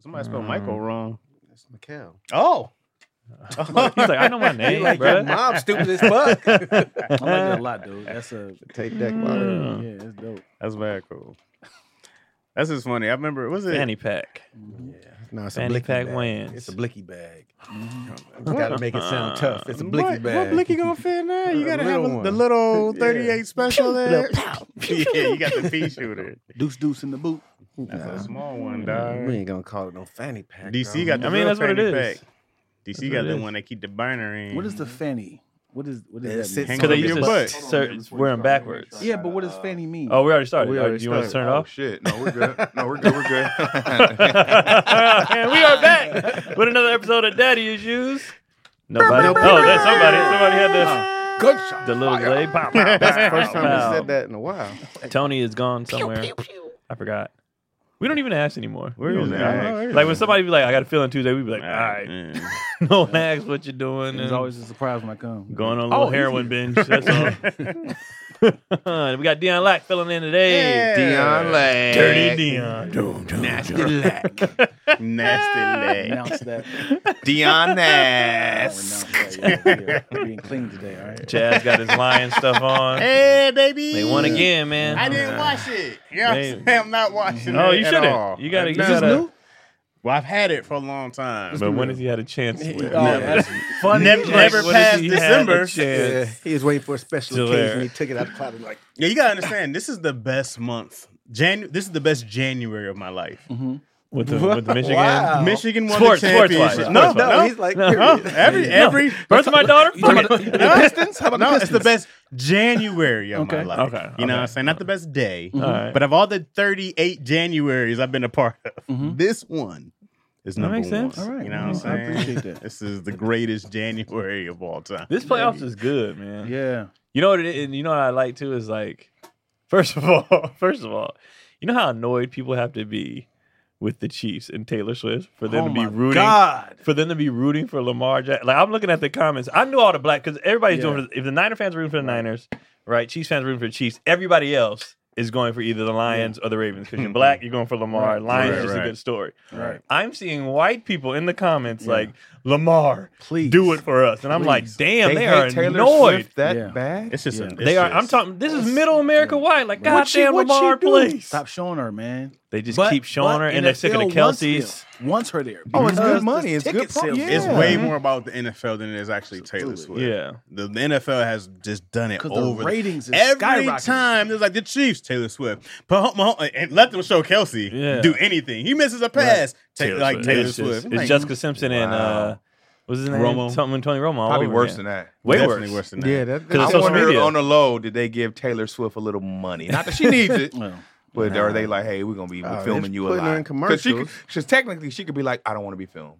Somebody spelled Michael wrong. That's Mikhail. Oh. He's like, I know my name, like, bro. your mom stupid as fuck. I like that a lot, dude. That's a Take that, yeah, Kwame. it's dope. That's very cool. That's just funny. I remember, was it? Fanny pack. No, it's a Fanny blicky pack bag. wins. It's a blicky bag. What? Got to make it sound tough. It's a blicky what, bag. What blicky gonna fit now? You A gotta have little a, the one. little Yeah. 38 special there. Little yeah, you got the pea shooter. Deuce deuce in the boot. That's Nah. a small one, We Mm. dog. ain't gonna call it no fanny pack. DC bro. got the I mean, real that's what it fanny is. pack. DC That's got what it the is. one that keep the burner in. What is the fanny? What is what It is that? sits Hang mean? on Because they to used your to butt. s- start wearing backwards. Yeah, but what does fanny mean? Oh, we already started. We Uh, already Do you want to started. turn it Oh off? shit! No, we're good. No, we're good. We're good. and we are back with another episode of Daddy Issues. Nobody. Oh, that's somebody. Somebody had gunshot. the the little delay. Pow, pow, That's the pow, first time I pow. haven't said that in a while. Tony is gone somewhere. I forgot. We don't even ask anymore. Where You is know, that? Like when somebody be like, "I got a feeling Tuesday," we be like, "All right." Mm. No one asks what you're doing. It's and always a surprise when I come. going on a little heroin binge. That's all. And we got Dion Lack filling in today. Dion Lag. Dirty Dion. Nasty Lag. Nasty leg. Announce that. Dion Announce Nass. that. Yeah, yeah, yeah. We're being clean today, all right? Chaz got his lion stuff on. Hey, baby. They won again, man. I didn't wash it. You know what I'm They- saying? I'm not washing Oh, it you at shouldn't. all. You gotta- It's you not gotta- a- New? Well, I've had it for a long time. But when has he had a chance? to win? Oh, that's funny. Never- Like, never when has past he had a December. Yeah, chance? he was waiting for a special Still occasion. there. He took it out of the closet like, Yeah, you gotta understand. This is the best month. Janu- this is the best January of my life. With the, with the Michigan. Wow. Oh. Michigan won Sports- the sports-wise, championship. sports-wise. no, no, no, he's like, No. no. period. Every No. every Birth of my daughter. Fuck no, it. How about no, the it's the Pistons? best January of my Okay. life. Okay, You know okay. what I'm saying? Not the best day, Mm-hmm. All right. but of all the 38 Januaries I've been a part of, Mm-hmm. Mhm. this one is That number makes one. sense. All right. You know what I'm I saying? appreciate that. This is the greatest January of all time. This playoffs is good, man. Yeah. You know what? It, and you know what I like too is like, first of all, first of all, you know how annoyed people have to be with the Chiefs and Taylor Swift for them oh to be my rooting God. for them to be rooting for Lamar Jackson. Like I'm looking at the comments. I knew all the black because everybody's Yeah. doing. If the Niner fans are rooting for the Niners, right? Chiefs fans are rooting for the Chiefs. Everybody else is going for either the Lions or the Ravens because you're black. You're going for Lamar. Mm-hmm. Right. Lions Right, is just right. a good story. Right. I'm seeing white people in the comments Yeah. like Lamar, Please. do it for us, and I'm like, damn, they, are hate Taylor annoyed. Swift that Yeah. bad. It's just Yeah. a, They it's are. I'm just- talking. This is middle America wide. Like, What she- goddamn, what she Lamar, do? please. Stop showing her, man. They just But- keep showing but her, and they're sick of the NFL wants Kelseys. them- Wants her there. Oh, it's because good money. the It's ticket good pro- sales- yeah. It's way more about the NFL than it is actually Taylor Swift. Absolutely. Yeah. The, the NFL has just done it Because over the ratings is Every skyrocketing. time there's like the Chiefs, Taylor Swift, Pah- Mah- and let them show Kelsey Yeah. do anything. He misses a pass, Ta- like Taylor It's just- Swift. It's Like, Jessica Simpson and uh, what's his name? Romo. Something with Tony Romo. all Probably over worse again. than that. Way definitely worse. worse than that. Yeah, that, Because that, it's I social wonder media. on the low, did they give Taylor Swift a little money? Not that she needs it, Well, but are they like, hey, we're gonna be Oh, filming they're you a putting her in lot? she could, commercials. because technically she could be like, I don't want to be filmed.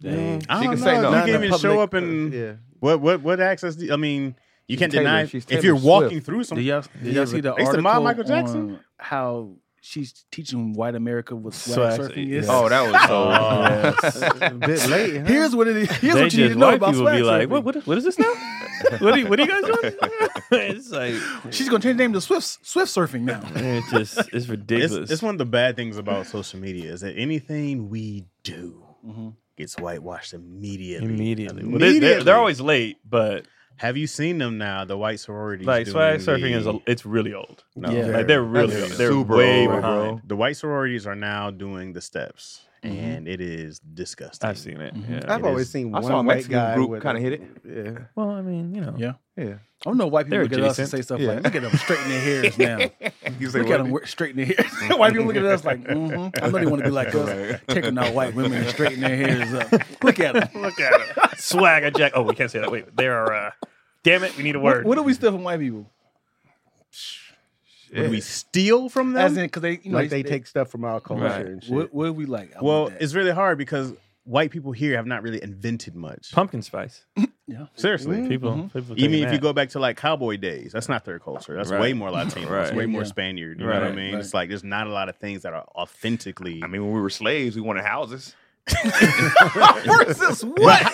dang. I She don't can know. say no. You Not can't in even public- show up and yeah. what what what access? Do, I mean, you can't Taylor. deny She's if Taylor you're walking Swift. through some. Did y'all, did Yeah, y'all see but the they used to article mob Michael Jackson? on how she's teaching white America what Swag swag surf- surfing is? yeah. Oh, that was so. a bit late. Huh? Here's what it is. Here's they what you need uh, just to know white about people be swag like, surfing. what, what, what is this now? what, are you, what are you guys doing? it's like She's gonna change the name to Swift Swift surfing now. it's just it's it's, ridiculous. it's one of the bad things about social media is that anything we do Mm-hmm. gets whitewashed immediately. immediately. Well, they- They're, Immediately. they're always late, but Have you seen them now? The white sororities. like swag doing surfing the- is a, it's really old. No. Yeah. Like they're really That's they're super way old, behind. bro. The white sororities are now doing the steps, Mm-hmm. and it is disgusting. I've seen it. Mhm. Yeah. I've always seen I one saw a white Mexican guy group with kinda a- hit it. Yeah, well, I mean, you know. Yeah. Yeah. I don't know why people They're look at us adjacent. and say stuff Yeah. like, look at them straighten their hairs now. You say look at what? them straighten their Mm-hmm. hairs. white people look at us like, hmm I know they want to be like us, taking out white women and straightening their hairs up. Look at them. Look at it. Swagger Jack. Oh, we can't say that. Wait, there are. Uh, damn it, we need a What, word. what are we stuff from white people? Would we steal from them? As in, because they, you know, like they take stuff from our culture Right. and shit. What, what are we like? I well, want that. it's really hard because white people here have not really invented much. Pumpkin spice. yeah. Seriously. Mm-hmm. People, people Even taking if you that. go back to like cowboy days, that's not their culture. That's Right. way more Latino. It's Right. way more Yeah. Spaniard. You know what I Right. mean? Right. It's like there's not a lot of things that are authentically. I mean, when we were slaves, we wanted houses. But-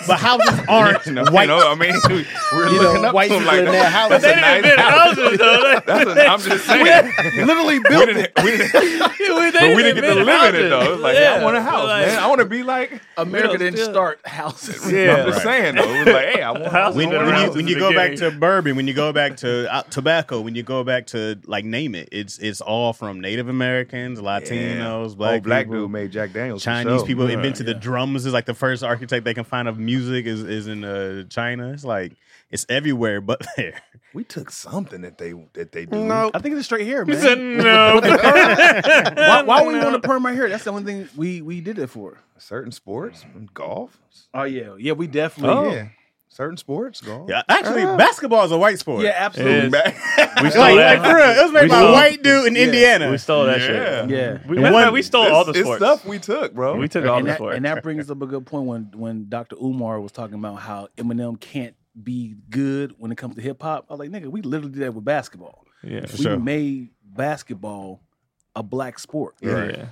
But, houses aren't You know, white. you know, I mean, we we're You know, looking up white to them people like in their that. houses. That's a nice house. That's a, I'm just saying. literally we built didn't, we didn't, but we didn't get to invent live in houses. it though. It's like I Yeah. want a house, Like- man. I want to be like. America didn't still- start houses. Yeah. I'm just saying though. It was like, hey, I want a house. When, I when want a you, house. when in you the go back to beginning. bourbon, when you go back to uh, tobacco, when you go back to like name it, it's it's all from Native Americans, Latinos, Old black, black people, dude made Jack Daniels. for Chinese sure. people invented the drums. Is like the first architect they can find of music is is in uh, China. It's like it's everywhere but there. We took something that they that they do. No, I think it's straight here, man. no. why why we want to perm my hair? That's the only thing we we did it for. Certain sports, Mm. mm, golf. Oh yeah, yeah, we definitely. Oh. Yeah. Certain sports, golf. Yeah, actually, basketball is a white sport. Yeah, absolutely. Yes. We stole Like, that. like for real, it was made We by a saw- white dude in Yeah. Indiana. We stole that Yeah. shit. Yeah. We, matter of fact, we stole all the It's- it's sports. stuff we took, bro. We took all and the that, sports. and that brings up a good point when when Dr. Umar was talking about how Eminem can't be good when it comes to hip hop. I was like, nigga, we literally did that with basketball. yeah. We sure. made basketball a black sport. Yeah.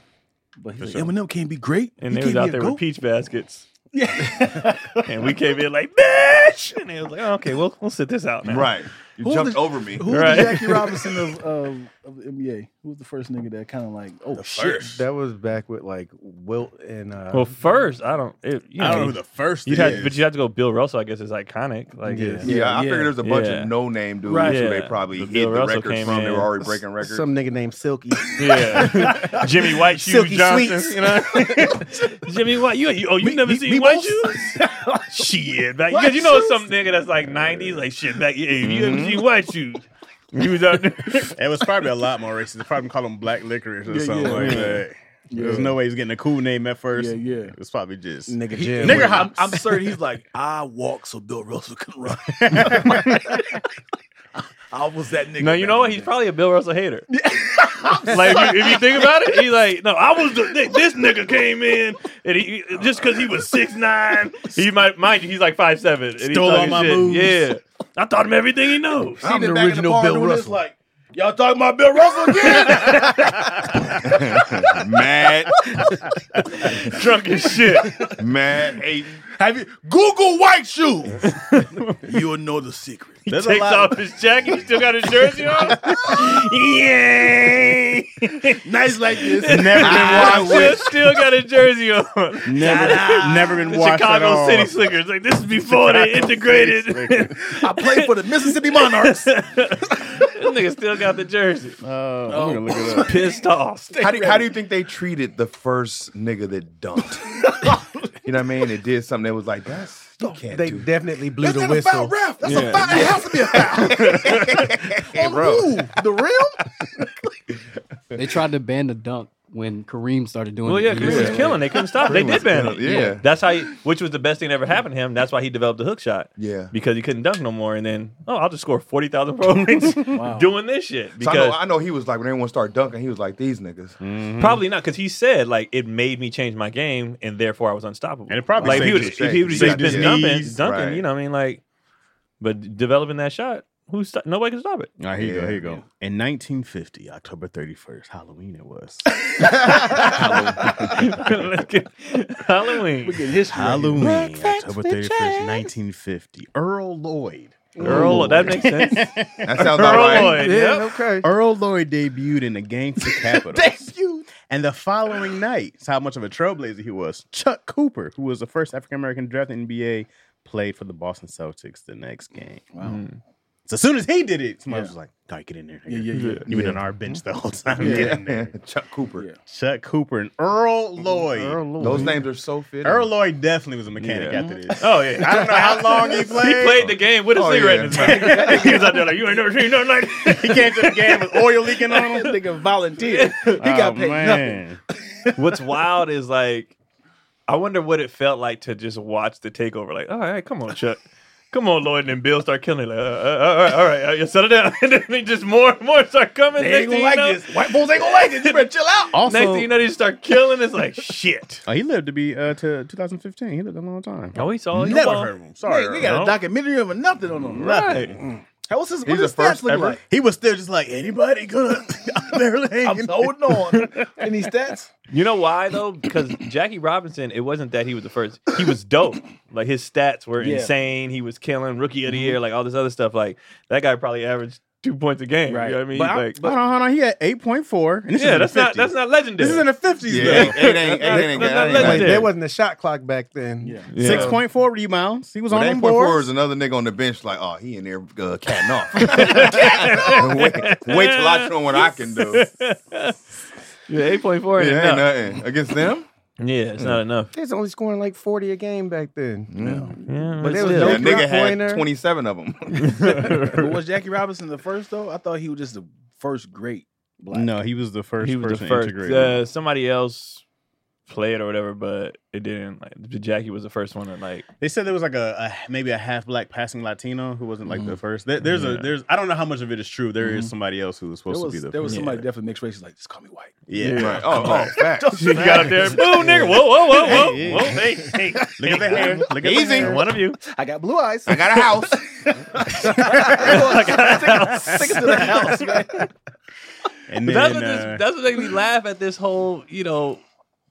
But he's For like, sure. Eminem can't be great. And He they was can't be out a there GOAT." with peach baskets. Yeah. And we came in like, bitch! And they was like, oh, okay, we'll, we'll sit this out now. Right. You Who's jumped the- over me. Who was Right. the Jackie Robinson of, of of the NBA? Who was the first nigga that kind of like, oh shit, That was back with like Wilt and uh, Well, first, I don't, it, you know, I don't know who the first you'd is. have, but you have to go Bill Russell, I guess, is iconic. Like, Yeah. it's- Yeah, yeah. I figured there's a bunch Yeah. of no name dudes Right. who they Yeah. probably The hid Bill the Russell records came from. They in. were already breaking records. some nigga named Silky. Yeah, Jimmy White Shoes Silky Johnson. Sweets. You know, Jimmy White. You, you oh you never seen White Shoes? shit, back because you know some nigga that's like nineties, like shit back. Yeah, you ever seen White Shoes? He was out there. it was probably a lot more racist. They probably call him black licorice or Yeah, something yeah. like Yeah. that. There's no way he's getting a cool name at first. Yeah, yeah. It's probably just nigga Jim. Nigga I'm, hops. I'm certain he's like, I walk so Bill Russell can run. I was that nigga. No, you know what? He's probably a Bill Russell hater. like if you, if you think about it, he's like, no, I was the, thi- this nigga came in and he just because he was six nine, he might mind you, he's like five seven. And he's Stole all talking my shit. moves. Yeah, I taught him everything he knows. I'm back the in the original bar Bill doing this, Russell. like, Y'all talking about Bill Russell again? mad, Drunk as shit. mad, hating. Have you Google white shoes? You'll know the secret. He There's a takes lot off his jacket. He still got his jersey on. Yay! Nice like this. never been washed. Still, still got his jersey on. never, never been The washed at Chicago all. City Slickers. Like this is before they integrated. this I played for the Mississippi Monarchs. nigga still got the jersey. Oh, I'm gonna look it up. Pissed off. How do, you- how do you think they treated the first nigga that dunked? you know what I mean? It did something that was like, that's you can't They do that. definitely blew the whistle. ref. That's a foul. It has to be a foul. bro. the rim? They tried to ban the dunk when Kareem started doing Well, it. yeah, Kareem was killing. They couldn't stop. it. They did ban it. killing, yeah. that's how. He, which was the best thing that ever happened to him. That's why he developed the hook shot. Yeah. because he couldn't dunk no more. And then, oh, I'll just score forty thousand points doing this shit. So I Because know, I Mhm. know he was like, when everyone started dunking, he was like, these niggas. Probably not, because he said like it made me change my game, and therefore I was unstoppable. And it probably like if he saved would his if he would shape. just Saved his been dumping, knees. dunking, Right. you know, what I mean, like, but developing that shot, who st- nobody can stop it. All right, here you go. Yeah. Here you go. In 1950, October 31st, Halloween it was. Halloween, history. Halloween, October 31st, 1950. Earl Lloyd. Earl, that makes sense. That sounds all Earl right. Lloyd, Yeah, yep. okay. Earl Lloyd debuted in the Gangster Capitals. And the following night, it's how much of a trailblazer he was. Chuck Cooper, who was the first African American drafted in the NBA, played for the Boston Celtics the next game. Wow. So as soon as he did it, somebody was like, all right, get in there. nigga." yeah, yeah. You've been on our bench the whole time. Get in there. Chuck Cooper. Yeah. Chuck Cooper and Earl Lloyd. Earl, Earl Lloyd. Those names are so fitting. Lloyd definitely was a mechanic Yeah. after this. Oh yeah, I don't know how long he he played. played the game with a Oh, cigarette yeah. in his mouth. he was out there like you ain't never seen nothing like that. He came to the game with oil leaking on him. Oh, nigga volunteered. He got paid nothing. What's wild is like, I wonder what it felt like to just watch the takeover. Like, all right, come on, Chuck. Come on, Lloyd, and then Bill start killing. it, Like, uh, uh, all right, all right, all right, settle down. and then they just more and more start coming. They Next ain't thing gonna like you know- this. White folks ain't gonna like this. You better chill out. Also, Next thing you know, they just start killing. It's like shit. Oh, he lived to be uh, to 2015. He lived a long time. Oh, he saw Never heard of him. Sorry, Nigga, we Earl. got No. a documentary of him, nothing on him. Nothing. How was his, what He's his the stats first look ever- like? He was still just like, anybody gonna, I'm barely hanging, holding on. Any stats? You know why though? Because Jackie Robinson, it wasn't that he was the first. He was dope. Like his stats were Yeah. insane. He was killing rookie of the year, like all this other stuff. Like that guy probably averaged two points a game. Right. You know what I mean? But I- like, hold on, hold on. He had 8.4. And this is yeah, in the that's not 50s. that's not legendary. This is in the 50s, Yeah, though. it ain't, it ain't, That's not it legendary. Like, ain't. did. there wasn't a shot clock back then. Yeah. Yeah. 6.4 rebounds. He was But on eight them point four is boards. another nigga on the bench like, oh, he in there uh, catting off. Catting off. wait, wait till I show him what I can do. yeah, eight point four. Yeah, Yeah, ain't nothing against them. yeah, it's not enough. They was only scoring like 40 a game back then. Yeah, But it's they was still- Yeah, dope. that nigga three-pointer. had twenty seven of them. But was Jackie Robinson the first though? I thought he was just the first great black. No, he was the first he was person the first. integrated. Uh, somebody else played or whatever, but it didn't. Like Jackie was the first one to like. They said there was like a, a maybe a half black passing Latino who wasn't like Mm-hmm. the first. There, there's Yeah. a there's I don't know how much of it is true. There is Mhm. somebody else who was there supposed was to be the Mm-hmm. there was first. somebody definitely mixed races like just call me white. yeah. Right. Oh, oh, facts. She got up there, boom, nigga, whoa, whoa, whoa, whoa, Hey, whoa, hey, hey, Look at the hair. Look at the Easy. hair. one of you. I got blue eyes. I got a house. Take it to the house, man. And then But that's what uh, this, that's what made me laugh at this whole you know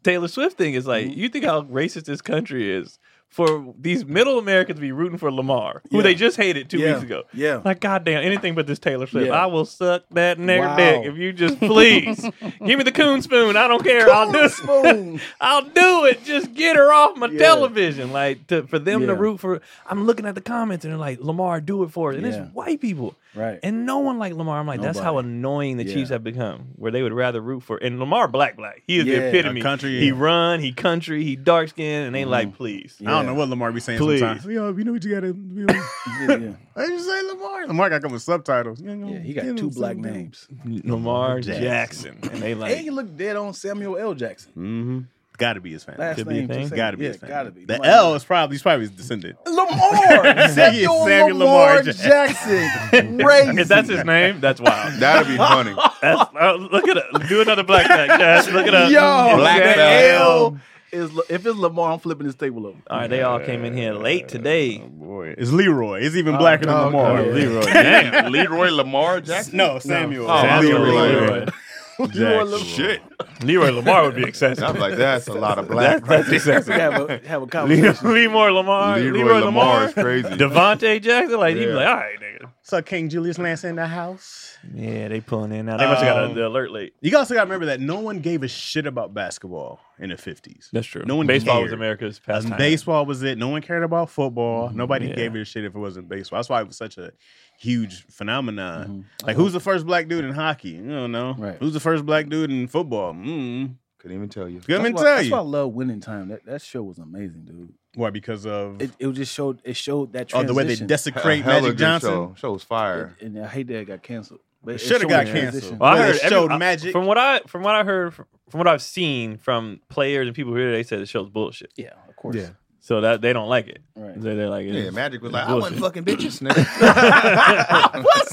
Taylor Swift thing is Mm-hmm. like you think how racist this country is for these middle Americans to be rooting for Lamar who they just hated two Yeah. weeks ago. Yeah. Like goddamn, anything but this Taylor Swift. Yeah. I will suck that nigger Wow. dick if you just please give me the coon spoon. I don't care. I'll do spoon. I'll do it. Just get her off my television. Like to, for them to Yeah. root for. I'm looking at the comments and they're like Lamar, do it for us. And Yeah. it's white people. Right. And no one like Lamar. I'm like, that's how Nobody. annoying the Yeah. Chiefs have become, where they would rather root for and Lamar black black. He is Yeah, the epitome. a country, he yeah. run, he country, he dark skin, and they like, please. I don't know what Lamar be saying Please. sometimes. You know, you know what you gotta you know. yeah, yeah. I just say Lamar. Lamar got come with subtitles. You know, Yeah, he got give two him black something. names. Lamar Jackson. And they And he like looked dead on Samuel L. Jackson. Mhm. Gotta be his Last family. Could be a name. thing. just said- Gotta be yeah, his family. Gotta be. The Come on. L is probably he's probably his descendant. Lamar. Samuel, Samuel Lamar Lamar Jackson. Jackson. Crazy. if that's his name, that's wild. That'd be funny. That's, uh, look at it. Do another black guy, guys. Look it up. Yo, Black the Jackson. belt. L is if it's Lamar, I'm flipping this table over. All right, they all came in here late today. Oh, boy. It's Leroy. It's even blacker than Lamar. okay. Leroy. Damn, Leroy Lamar Jackson. No, Samuel. Oh, Samuel Leroy. Leroy. Jackson. Shit, Leroy Lamar would be excessive. I was like, that's a lot of black. That's excessive. We have a have a Leroy, conversation. Lamar, Leroy, Lamar, is crazy. Devontae Jackson. Like he'd be Yeah. like, all right, nigga. So King Julius Lance in the house. Yeah, they pulling in now. They must have got Um, the alert late. You also gotta remember that no one gave a shit about basketball in the fifties. That's true. No one baseball was cared. America's pastime. Baseball was it. No one cared about football. Nobody Yeah. gave it a shit if it wasn't baseball. That's why it was such a huge phenomenon. Like, who's the first black dude in hockey? I don't know. Right. Who's the first black dude in football? Mm. Couldn't even tell you. Let me That's why- tell that's you. why I love winning time. That that show was amazing, dude. Why? Because of It it just showed it showed that oh, transition. the way they desecrate Hella Magic good Johnson. Show. Show was fire. and I hate that it got canceled. But It shoulda showed got the canceled. transition. Well, I Where heard they showed every- I- magic. from what I from what I heard from, from what I've seen from players and people here. They said the show's bullshit, Yeah, of course. Yeah. so that they don't like it. Right. They, are like, Yeah, it's- Magic was it's like, I bullshit. wasn't fucking bitches,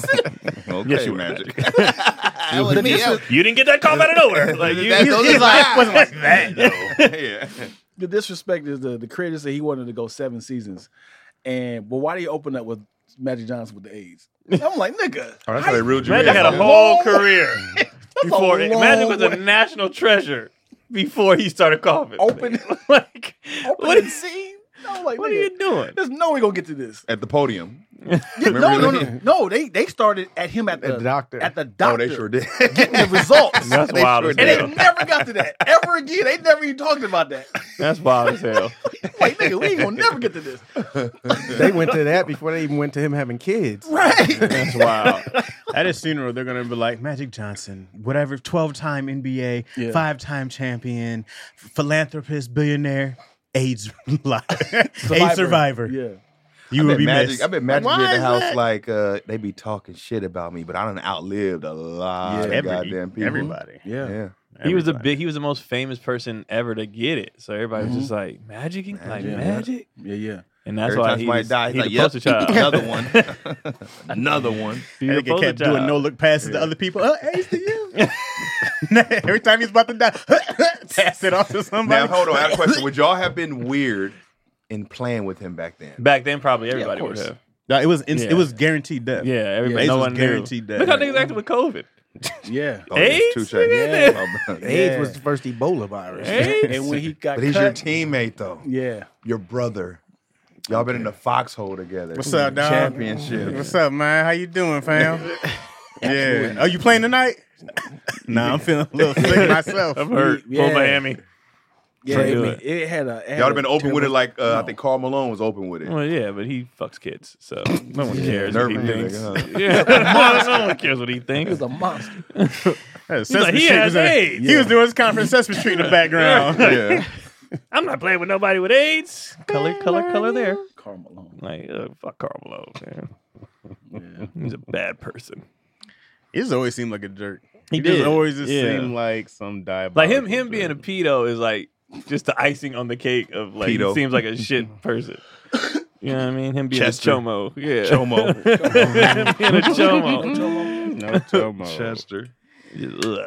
nigga. Okay, Yes, you were. Magic. that was me. That was- You didn't get that call out of nowhere. Like you, That- those is like- wasn't like that, yeah. The disrespect is the the creators said he wanted to go seven seasons, and but why do you open up with Magic Johnson with the AIDS? I'm like nigga. Oh, that's how they reeled you Magic in. had a whole career before a Magic was a long way. national treasure before he started coughing. Open- like Open what, what are- scene. I'm like, what are nigga, you doing? There's no way gonna get to this. At the podium. No, Remember no, that? no, no. They they started at him at the, the doctor. At the Oh, doctor. they sure did. Getting the results. That's They wild. sure as And hell. they never got to that ever again. They never even talked about that. That's wild as hell. Like, nigga, we ain't gonna never get to this. They went to that before they even went to him having kids. Right. That's wild. At his funeral, they're gonna be like Magic Johnson, whatever, twelve-time NBA, Yeah. five-time champion, philanthropist, billionaire, AIDS, li- AIDS survivor. Yeah. You I will bet be Magic, missed. I bet Magic Why be in is the house that? like uh, they be talking shit about me, but I done outlived a lot of Every- goddamn people. Everybody. Yeah. Yeah. He was the Everybody. big. He was the most famous person ever to get it. So everybody was just like Magic, like Magic. Magic. Yeah, yeah. and that's Every why time he's, somebody dies, he's like, the yep, poster child. another one. another one. He's And the they poster kept doing child. no look passes to other people. Uh, ace to you. Every time he's about to die, pass it off to somebody. Now, hold on. I have a question. Would y'all have been weird in playing with him back then? Back then, probably everybody would course. have. No, it was inst- Yeah. it was guaranteed death. Yeah, everybody. Ace no was one guaranteed knew. that. Look how niggas acted with COVID. Yeah. Oh, yeah, AIDS? touche. Nigga, My bad. AIDS was the first Ebola virus. Hey, And when he got But he's cut, your teammate, though. yeah, Your brother. Y'all been in the foxhole together. What's up, dog? Championship. What's up, man? How you doing, fam? yeah. Are you playing tonight? nah, I'm feeling a little sick myself. I'm hurt. Yeah. Full Miami. yeah. Try to I do mean, it. it. had a. it had a Y'all have been open with it terrible- like uh, I No. think Carl Malone was open with it. Well, yeah, but he fucks kids, so no one cares what Nerve he nigga, thinks. huh? Yeah, no, no one cares what he It thinks. was a monster. Hey, like, Sesame he Street has was in- AIDS. He was doing his conference Sesame Street in the background. Yeah. I'm not playing with nobody with AIDS. Color, color, color. There. Karl Malone. Like, ugh, fuck Carl Malone. Man. He's a bad person. he just always seemed like a jerk. He just did. always just Yeah. seemed like some diabolical. Like him, him jerk. being a pedo is like just the icing on the cake of like he Pedo. seems like a shit person. You know what I mean? Him being Chester. a chomo, yeah, Chomo. Him being a chomo. no Tomo. Chester. Ugh.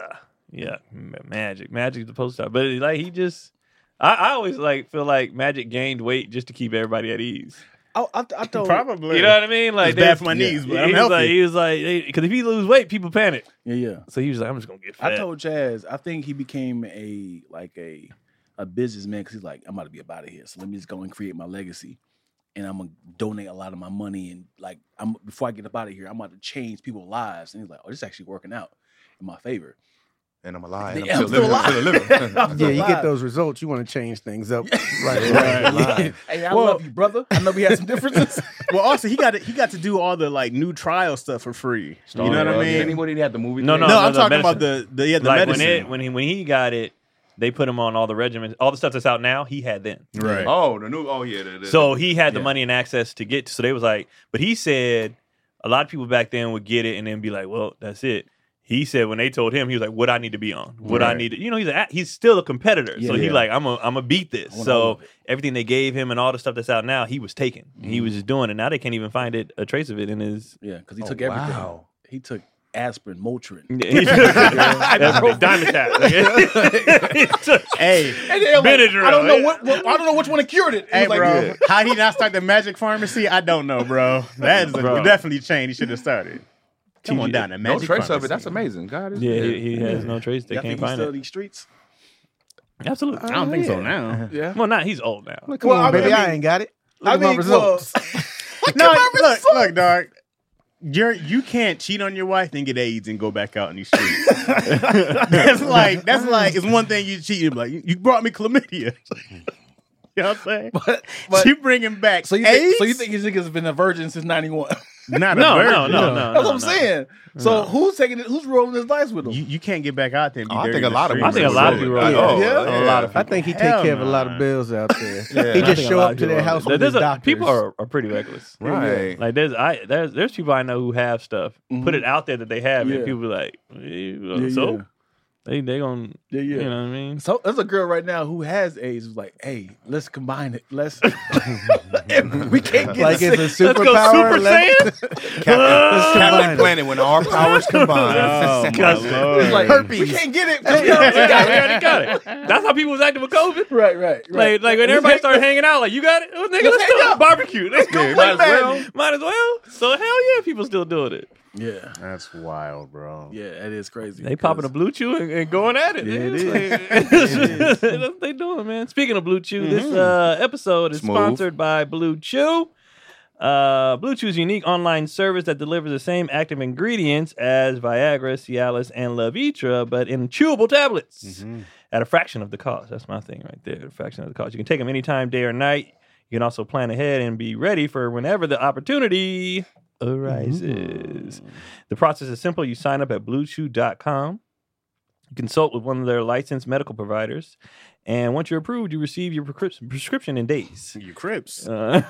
Yeah, ma- magic, magic's the post But it's like he just, I, I always like feel like magic gained weight just to keep everybody at ease. I, I, I told Probably. You know what I mean? Like it's bad for my knees, but I'm he was like, healthy. he was like, because if he lose weight, people panic. Yeah, yeah. So he was like, I'm just gonna get fat. I told Chaz, I think he became a like a a businessman because he's like, I'm about to be up out of here, so let me just go and create my legacy, and I'm gonna donate a lot of my money and like I'm before I get up out of here, I'm about to change people's lives. And he's like, oh, this is actually working out in my favor. And I'm alive. and Yeah, I'm living, still I'm still living. I'm Yeah, you alive. get those results, you want to change things up. right, Yeah, right, alive. Hey, I Well- love you, brother. I know we had some differences. well, also he got to, he got to do all the like new trial stuff for free. You know what I Well, mean? Anybody that had the movie? No, theater? No, I'm the talking about the medicine. the yeah the like medicine. when it when he when he got it, they put him on all the regimens, all the stuff that's out now. He had then, right. Oh, the new. Oh, yeah. The, the, so he had the Yeah. money and access to get. So they was like, but he said a lot of people back then would get it and then be like, well, that's it. He said when they told him, he was like, "What I need to be on? What I Right. need? To, you know, he's a, he's still a competitor, so Yeah. he Yeah. like, I'm a I'm a beat this. I wanna So hold everything they gave him and all the stuff that's out now, he was taking. He Mm. was just doing, it. now they can't even find it a trace of it in his. yeah, because he Oh, took everything. wow. He took aspirin, Motrin. diamond tap. He took- Hey, Benadryl. I don't know what, what- I don't know which one cured it. He hey, was like, bro. yeah. How he not start the magic pharmacy? I don't know, bro. That is a Bro. definitely chain he should have started. Come on down to no magic trace pharmacy. of it. That's amazing. God is Yeah, good. he, he has no trace. They Y'all can't think he's find still in it. these streets? Absolutely. I don't think so now. Yeah. Well, not he's old now. Come Well, on, I baby. mean- I ain't got it. Look I at my mean, results. no, look, look, dog. You're you can't cheat on your wife and get AIDS and go back out in these streets. that's like that's like it's one thing you cheat. You're like you brought me chlamydia. you know what I'm saying? But, but- you bringing back So you, AIDS? think, so you think his nigga's been a virgin since '91? not No, a virgin. no, no, no, no. That's what I'm no. saying. So who's taking it? Who's rolling his dice with him? You, you can't get back out there. And be Oh, I dirty think in a the lot of streets. I think a people lot of roll people it. roll it. Oh, Yeah. a lot of I people. think he take Hell care of a lot nah. of bills out there. Yeah. He I just think show up to their house with There's the a, doctors. people are, are pretty reckless. Right. Like there's I there's there's people I know who have stuff. Put it out there that they have, Yeah. and people be like, eh, Yeah, so yeah. they they gonna Yeah, yeah. you know what I mean? So there's a girl right now who has AIDS. Who's like, hey, let's combine it. Let's. we can't get Like sick. it's a Let's go superpower. Super Saiyan. Uh, let's Captain combine it. Planet when our powers combine. Oh, my Disgusting. Lord. It's like herpes. We can't get it. Let's go. Got it, got it, got it. That's how people was acting with COVID. right, right, right. Like, like when everybody started hanging out, like you got it, oh, nigga, let's, Let's hang do a out. barbecue. Let's go Yeah, play might as Madden. Might as well. So hell yeah, people still doing it. yeah, That's wild, bro. yeah, that is crazy. They popping a blue chew and, and going at it. Yeah, man. it It's is. like- That's what they doing, man. Speaking of blue chew, this uh, episode is Smooth. sponsored by Blue Chew. Uh, Blue Chew's unique online service that delivers the same active ingredients as Viagra, Cialis, and Levitra, but in chewable tablets at a fraction of the cost. That's my thing right there, a fraction of the cost. You can take them anytime, day or night. You can also plan ahead and be ready for whenever the opportunity arises. The process is simple. You sign up at bluechew.com. You consult with one of their licensed medical providers. And once you're approved, you receive your prescrip- prescription in days. You Crips. Uh,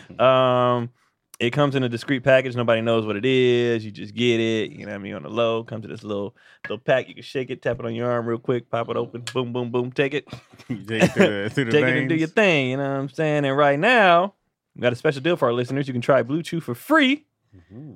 um, It comes in a discreet package. Nobody knows what it is. You just get it. You know what I mean? On the low, comes in this little little pack. You can shake it, tap it on your arm real quick, pop it open, boom, boom, boom, take it, You dig through the, through the take it and do your veins. thing. You know what I'm saying? And right now, we got a special deal for our listeners. You can try Blue Chew for free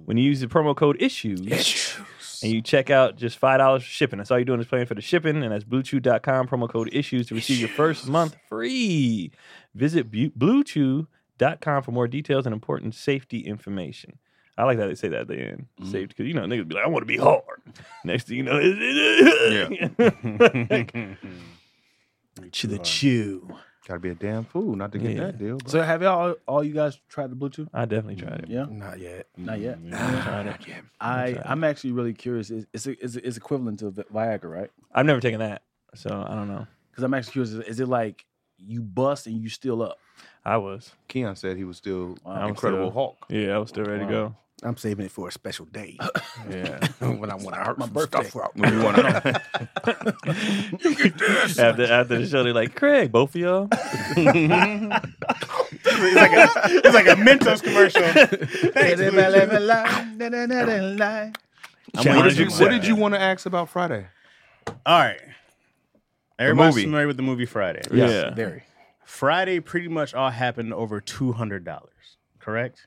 when you use the promo code issues. And you check out just five dollars for shipping. That's all you're doing is paying for the shipping, and that's bluechew.com promo code issues to receive your first month free. Visit bu- bluechew.com for more details and important safety information. I like that they say that at the end, safety, because you know niggas be like, I want to be hard. Next thing you know, to the chew. Gotta be a damn fool not to get Yeah. that deal. bro. So have y'all all you guys tried the Bluetooth? I definitely tried it. Yeah, Not yet. not yet. Tried it. I I'm actually really curious. It's it's, it's, it's equivalent to Vi- Viagra, right? I've never taken that, so I don't know. Because I'm actually curious. Is, is it like you bust and you still up? I was, Keon said he was still I'm Incredible still- Hulk. yeah, I was still ready to go. I'm saving it for a special day Yeah. when I want to hurt my birthday. stuff out. When you wanna know. after after the show, they're like, Craig, both of y'all. It's like a, it's like a Mentos commercial. Thanks, Blue Chew. what, did Challenging you, what that. did you want to ask about Friday? All right. Everybody's movie. familiar with the movie Friday. Yeah. Very. Friday pretty much all happened over two hundred dollars, correct?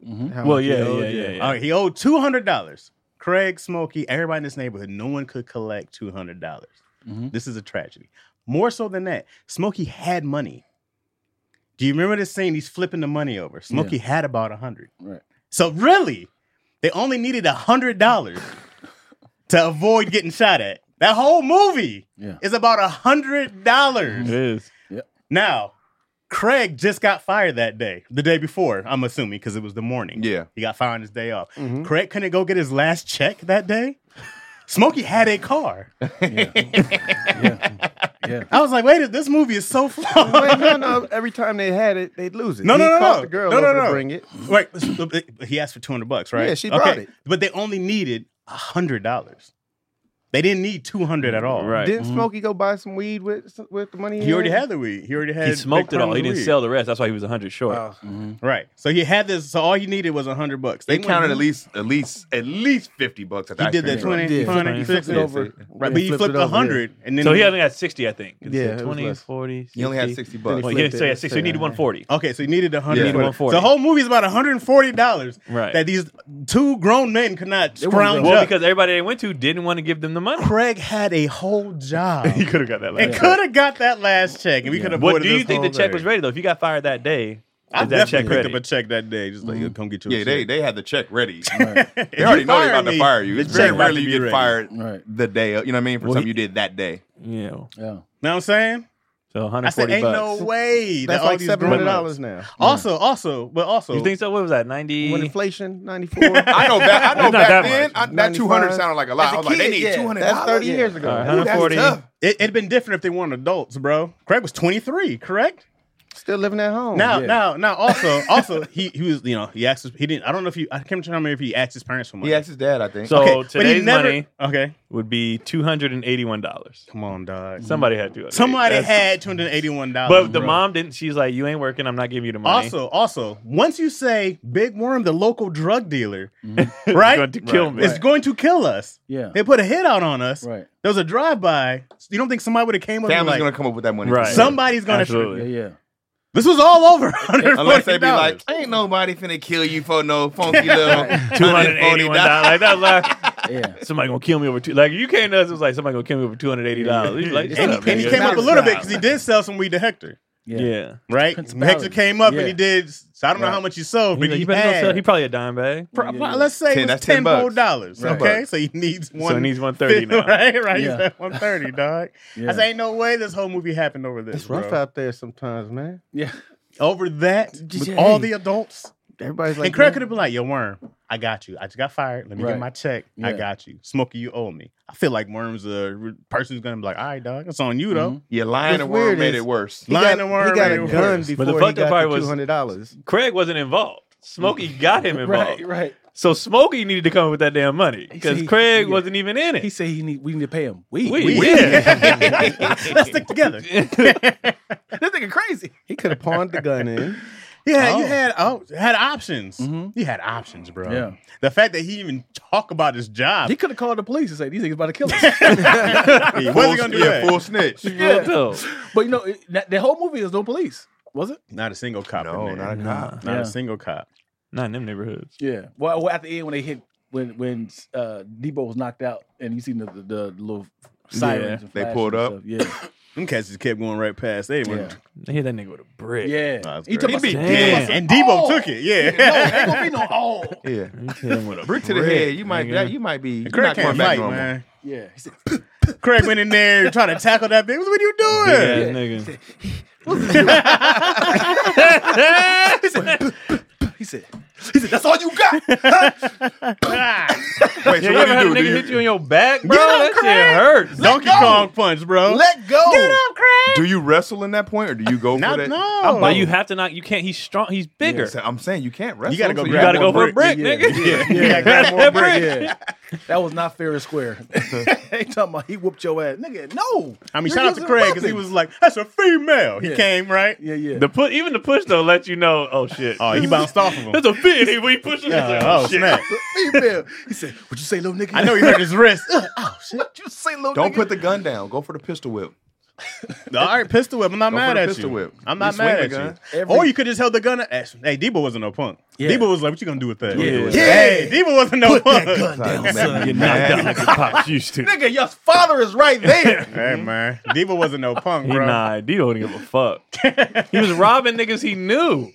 Well, yeah, yeah, yeah, yeah. All right, he owed two hundred dollars. Craig, Smokey, everybody in this neighborhood, no one could collect two hundred dollars. Mhm. This is a tragedy. More so than that, Smokey had money. Do you remember this scene? He's flipping the money over. Smokey had about a hundred. Right. So really, they only needed a hundred dollars to avoid getting shot at. That whole movie Yeah. is about a hundred dollars. It is. Now, Craig just got fired that day, the day before, I'm assuming, because it was the morning. Yeah. He got fired on his day off. Craig couldn't go get his last check that day. Smokey had a car. Yeah. I was like, wait, this movie is so flawed. Wait, no, no. Every time they had it, they'd lose it. No, He no, no, called no. The girl No, no, over no. To bring it. Wait, he asked for 200 bucks, right? Yeah, she brought it. But they only needed $100. They didn't need 200 at all. Right. Didn't Smokey go buy some weed with with the money? He already had the weed. He already had He smoked big it all. pounds He of didn't weed. sell the rest. That's why he was 100 short. Oh. Right. So he had this. So all he needed was 100 bucks. They went- counted at least at least at least fifty bucks at the He ice did that cream truck. 20, Yeah. 100, He Flipped it 50. over. Right, but he flipped a it over, yeah. hundred, and then So he only had 60, I think. 'cause he Yeah, said it was 20, less. 40. 60. He only had sixty bucks. Well, yeah, flipped so yeah, it. 60. So he needed Yeah. 140. Okay, so he needed a hundred. Yeah. He needed 140. The whole movie's about hundred and forty dollars. Right. That these two grown men could not weren't scrounge Well, up. because everybody they went to didn't want to give them the money. Craig had a whole job. he could have got that and could have got that last check, and we could have. What do you think the check was ready, though? If you got fired that day, I is that definitely check picked ready? up a check that day. Just like come get you. Mm-hmm. Yeah, a they check. they had the check ready. If They already you know they're fire about me, to fire you. It's the very check about rarely to you be get ready. fired Right. the day of- you know what I mean for Well, something he- you did that day. Yeah. Yeah. Know what I'm saying? So 140 I said, ain't bucks. no way. That's that all like these seven hundred grown-ups- dollars now. Also, also, but also, you think so? What was that? 90? When inflation ninety four. I know back I know It's not back that then I, that 95. two hundred sounded like a lot. I was like, they need two hundred. That's thirty years All right, ago. 140. it, it'd been different if they weren't adults, bro. Craig was 23, correct? Still living at home. Now, yeah. now, now. Also, also, he he was you know he asked his, he didn't. I don't know if you. I can't remember if he asked his parents for money. He asked his dad, I think. So Okay, but he "Oh, today's never- money Okay, would be $281. come on, dog. Somebody had to. Somebody That's- had two hundred eighty-one dollars. But the mom didn't. She's like, you ain't working. I'm not giving you the money. Also, also, once you say Big Worm, the local drug dealer, You're right, going to kill me. is going to kill us. Yeah. They put a hit out on us. Right. There was a drive-by. You don't think somebody would have came up? and Family's like, gonna come up with that money. Right. Somebody's gonna. Yeah. Absolutely. Yeah. This was all over. Unless they be $140. like, ain't nobody finna kill you for no funky little Two hundred eighty-one dollars. Like $140. that was like Yeah. somebody gonna kill me over two. Like you came to us, it was like somebody gonna kill me over two hundred eighty dollars. Like, shut and, up, he, and he nigga. came up a little bit because he did sell some weed to Hector, Yeah. Yeah. yeah. right? Principality. Hector came up Yeah. and he did. So I don't know how much he sold, He's but like, he you better go had. sell. He probably a dime bag. pro- Yeah, yeah. Let's say Ten- it was that's 10 ten whole bucks. dollars. Right. Okay, so he needs one. he needs 130 now. right? Right? Yeah. He's at one thirty, dog. Yeah. I say, ain't no way this whole movie happened over this. it's rough bro. out there sometimes, man. Yeah. Over that with Yeah. all the adults. Everybody's like, and Craig man, could have been like, "Yo, Worm, I got you. I just got fired. Let me Right. get my check. I Yeah. got you. Smoky, you owe me." I feel like Worm's a re- person who's gonna be like, "All right, dog, it's on you though." Yeah, lying What's to worm weird made is- it worse. he Lying got, to worm he got made a it gun worse. before But the he fucked up got part the was- two hundred dollars. Craig wasn't involved. Smokey got him involved. Right. Right. So Smokey needed to come up with that damn money because said he- Craig yeah. wasn't even in it. He said he need we need to pay him. We. we, we. yeah. Let's stick together. This nigga crazy. He could have pawned the gun in. Yeah, you Oh. had oh, had options. Mhm. You had options, bro. Yeah. The fact that he even talk about his job, He could have called the police and said, "These niggas about to kill us." he wasn't gonna do yeah, that. full snitch. Real though. but you know, it, that, the whole movie is no police, was it? Not a single cop. No, in there. Mm-hmm. not a not, cop. Yeah. a single cop. Not in them neighborhoods. Yeah. Well, well, at the end when they hit when when uh, Debo was knocked out and you seen the the, the little sirens. and they flashes pulled and up. stuff. Yeah. Them cats just kept going right past. They Yeah. went, I hit that nigga with a brick. Yeah. Nah, Oh, that's he great. took He be damn. dead. and Debo Oh. took it. Yeah, No, ain't gonna be no oh. all. Yeah. You hit him with a Brick to the head. You might that, you might be you're Craig not can't coming back fight, normal. man. Yeah. He said, Craig went in there trying to tackle that bitch. What are you doing? Yeah, nigga. he said, He said, "That's all you got." Wait, Yeah, so you ever what do had a you do? nigga do? you- hit you in your back, bro? Get up, That shit Craig. hurts. Donkey go. Kong punch, bro. Let go. Get up, Craig. Do you wrestle in that point, or do you go for Not, that? no. But you have to not. You can't. He's strong. He's bigger. So I'm saying you can't wrestle. You gotta go so you grab gotta more go for a brick. brick, Yeah, nigga. yeah, grab more That brick. yeah. That was not fair and square. they talking about he whooped your ass. Nigga, no. I mean, You're shout out to using Craig because he weapons. was like, "That's a female." He Yeah. came right. Yeah, yeah. The pu- even the push though lets you know. Oh shit. Oh, he bounced off of him. That's a fit. He, he pushed it. It's like, oh, oh, shit. snap! female. He said, What you say, little nigga? I know he hurt his wrist. All what you say, little Don't nigga. put the gun down. Go for the pistol whip. right, pistol whip. I'm not Go mad for the at you. pistol whip. I'm You not swing mad the at you. gun. Every- Or you could just held the gun. Hey, Debo wasn't no punk. Yeah. Debo was like, "What you gonna do with that?" Yeah. Hey, Debo wasn't no punk. Down, Get knocked out like the pops used to. Nigga, your father is right there. Hey man, Debo wasn't no punk, He bro. nah, D don't give a fuck. he was robbing niggas he knew.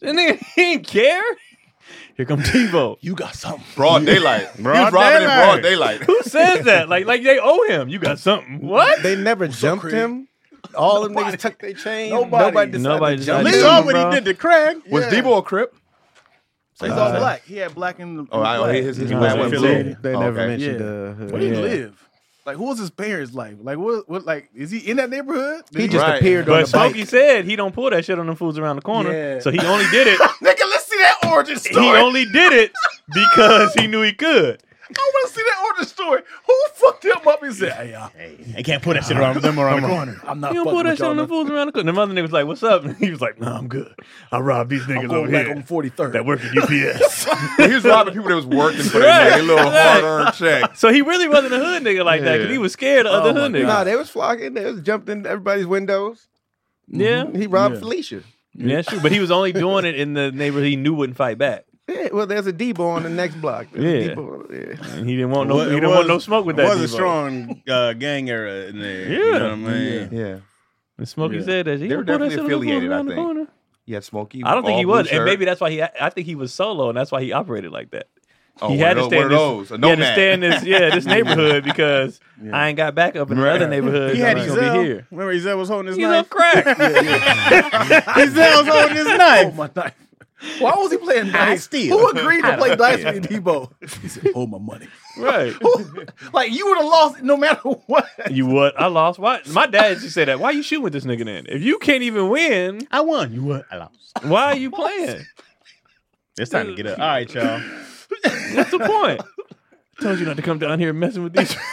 That nigga he didn't care. Here come Tebow. you got something. Broad daylight. he Broad was robbing daylight. in broad daylight. Who says that? Like, like they owe him. You got something. What? They never jumped Craig? him. All them niggas tucked their chains. Nobody, decided Nobody to decided jump You to him. saw Damn, what bro. he did to Craig. Was Debo a crip? He's all black. He had black and Uh, Oh, I, oh, black. his his No, black Uh, I one feel blue. it. They Oh, never okay. mentioned. Yeah. Uh, Where do you yeah. live? Like, who was his parents' life? Like, what? What? Like, is he in that neighborhood? Did He just Right. appeared on But the bike. Smokey said he don't pull that shit on the fools around the corner. Yeah. So he only did it. Nigga, let's see that origin he story. only did it because he knew he could. I want to see that origin story. Who fucked him up? He said, "Hey, uh, I can't put that shit around them around the corner. I'm not You don't fucking pull that with shit y'all. on the man. fools around the corner. The mother nigga was like, "What's up?" And he was like, "No, I'm good. I robbed these niggas I'm over going back on here 43rd. that work at UPS." He was robbing people that was working for Right. their their little Right. hard earned check. so he really wasn't a hood nigga like that because Yeah. he was scared of Oh other hood my niggas. Nah, they was flocking. They was jumped in everybody's windows. Yeah, He robbed Yeah. Felicia. yeah, that's true. But he was only doing it in the neighborhood he knew wouldn't fight back. Yeah, well, there's a Debo on the next block. There's Yeah. a Debo, yeah. And he didn't want no. It he didn't want was- no smoke with it that. was a Devo. strong uh, gang era in there. Yeah. You know what I mean? Yeah. And Smokey Yeah. said that. He They were don't pull that definitely shit on the fools affiliated, I around the think. corner. Yeah, Smokey. I don't think all he blue was, and shirt. maybe that's why he. I think he was solo, and that's why he operated like that. oh, he one had of to those- stay in one this, of those. A he had to nomad. stay in this, yeah, this neighborhood because I ain't got backup in another neighborhood. He had so I'm gonna be Ezel. here. Remember, Ezel was holding his He's on knife. crack. Ezel was holding his Hold knife. my knife. Why was he playing dice? steal. Who agreed to play dice with Debo? He said, "Hold my money." Right. like you would have lost no matter what. You what? I lost. Why? My dad used to say that. Why you shooting with this nigga then? If you can't even win, I won. You what? I lost. why are you playing? It's time to get up. All right, y'all. What's the point? I told you not to come down here messing with these.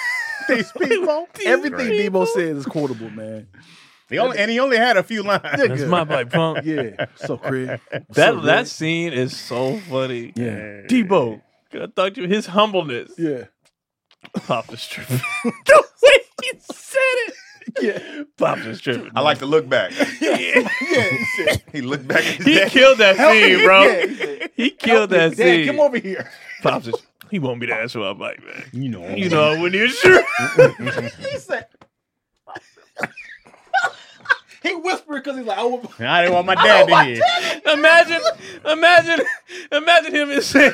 These people. Everything Right. Debo says is quotable, man. He only, and he only had a few lines. That's my black punk. Yeah. So Craig. That so that scene is so funny. Yeah. Debo. I thought you his humbleness. Yeah. Pop the strip. the way he said it. Yeah. Pop the strip. I like to look back. Yeah. he looked back at his He dad. killed that scene, bro. Yeah, he said, He killed that Dad, scene. come over here. Pops is, he won't be the asshole. I'm like, man, You know. you know, I wouldn't even sure. He said. he whispered because he's like, I would. I didn't want my dad to hear. imagine, imagine, imagine him is saying,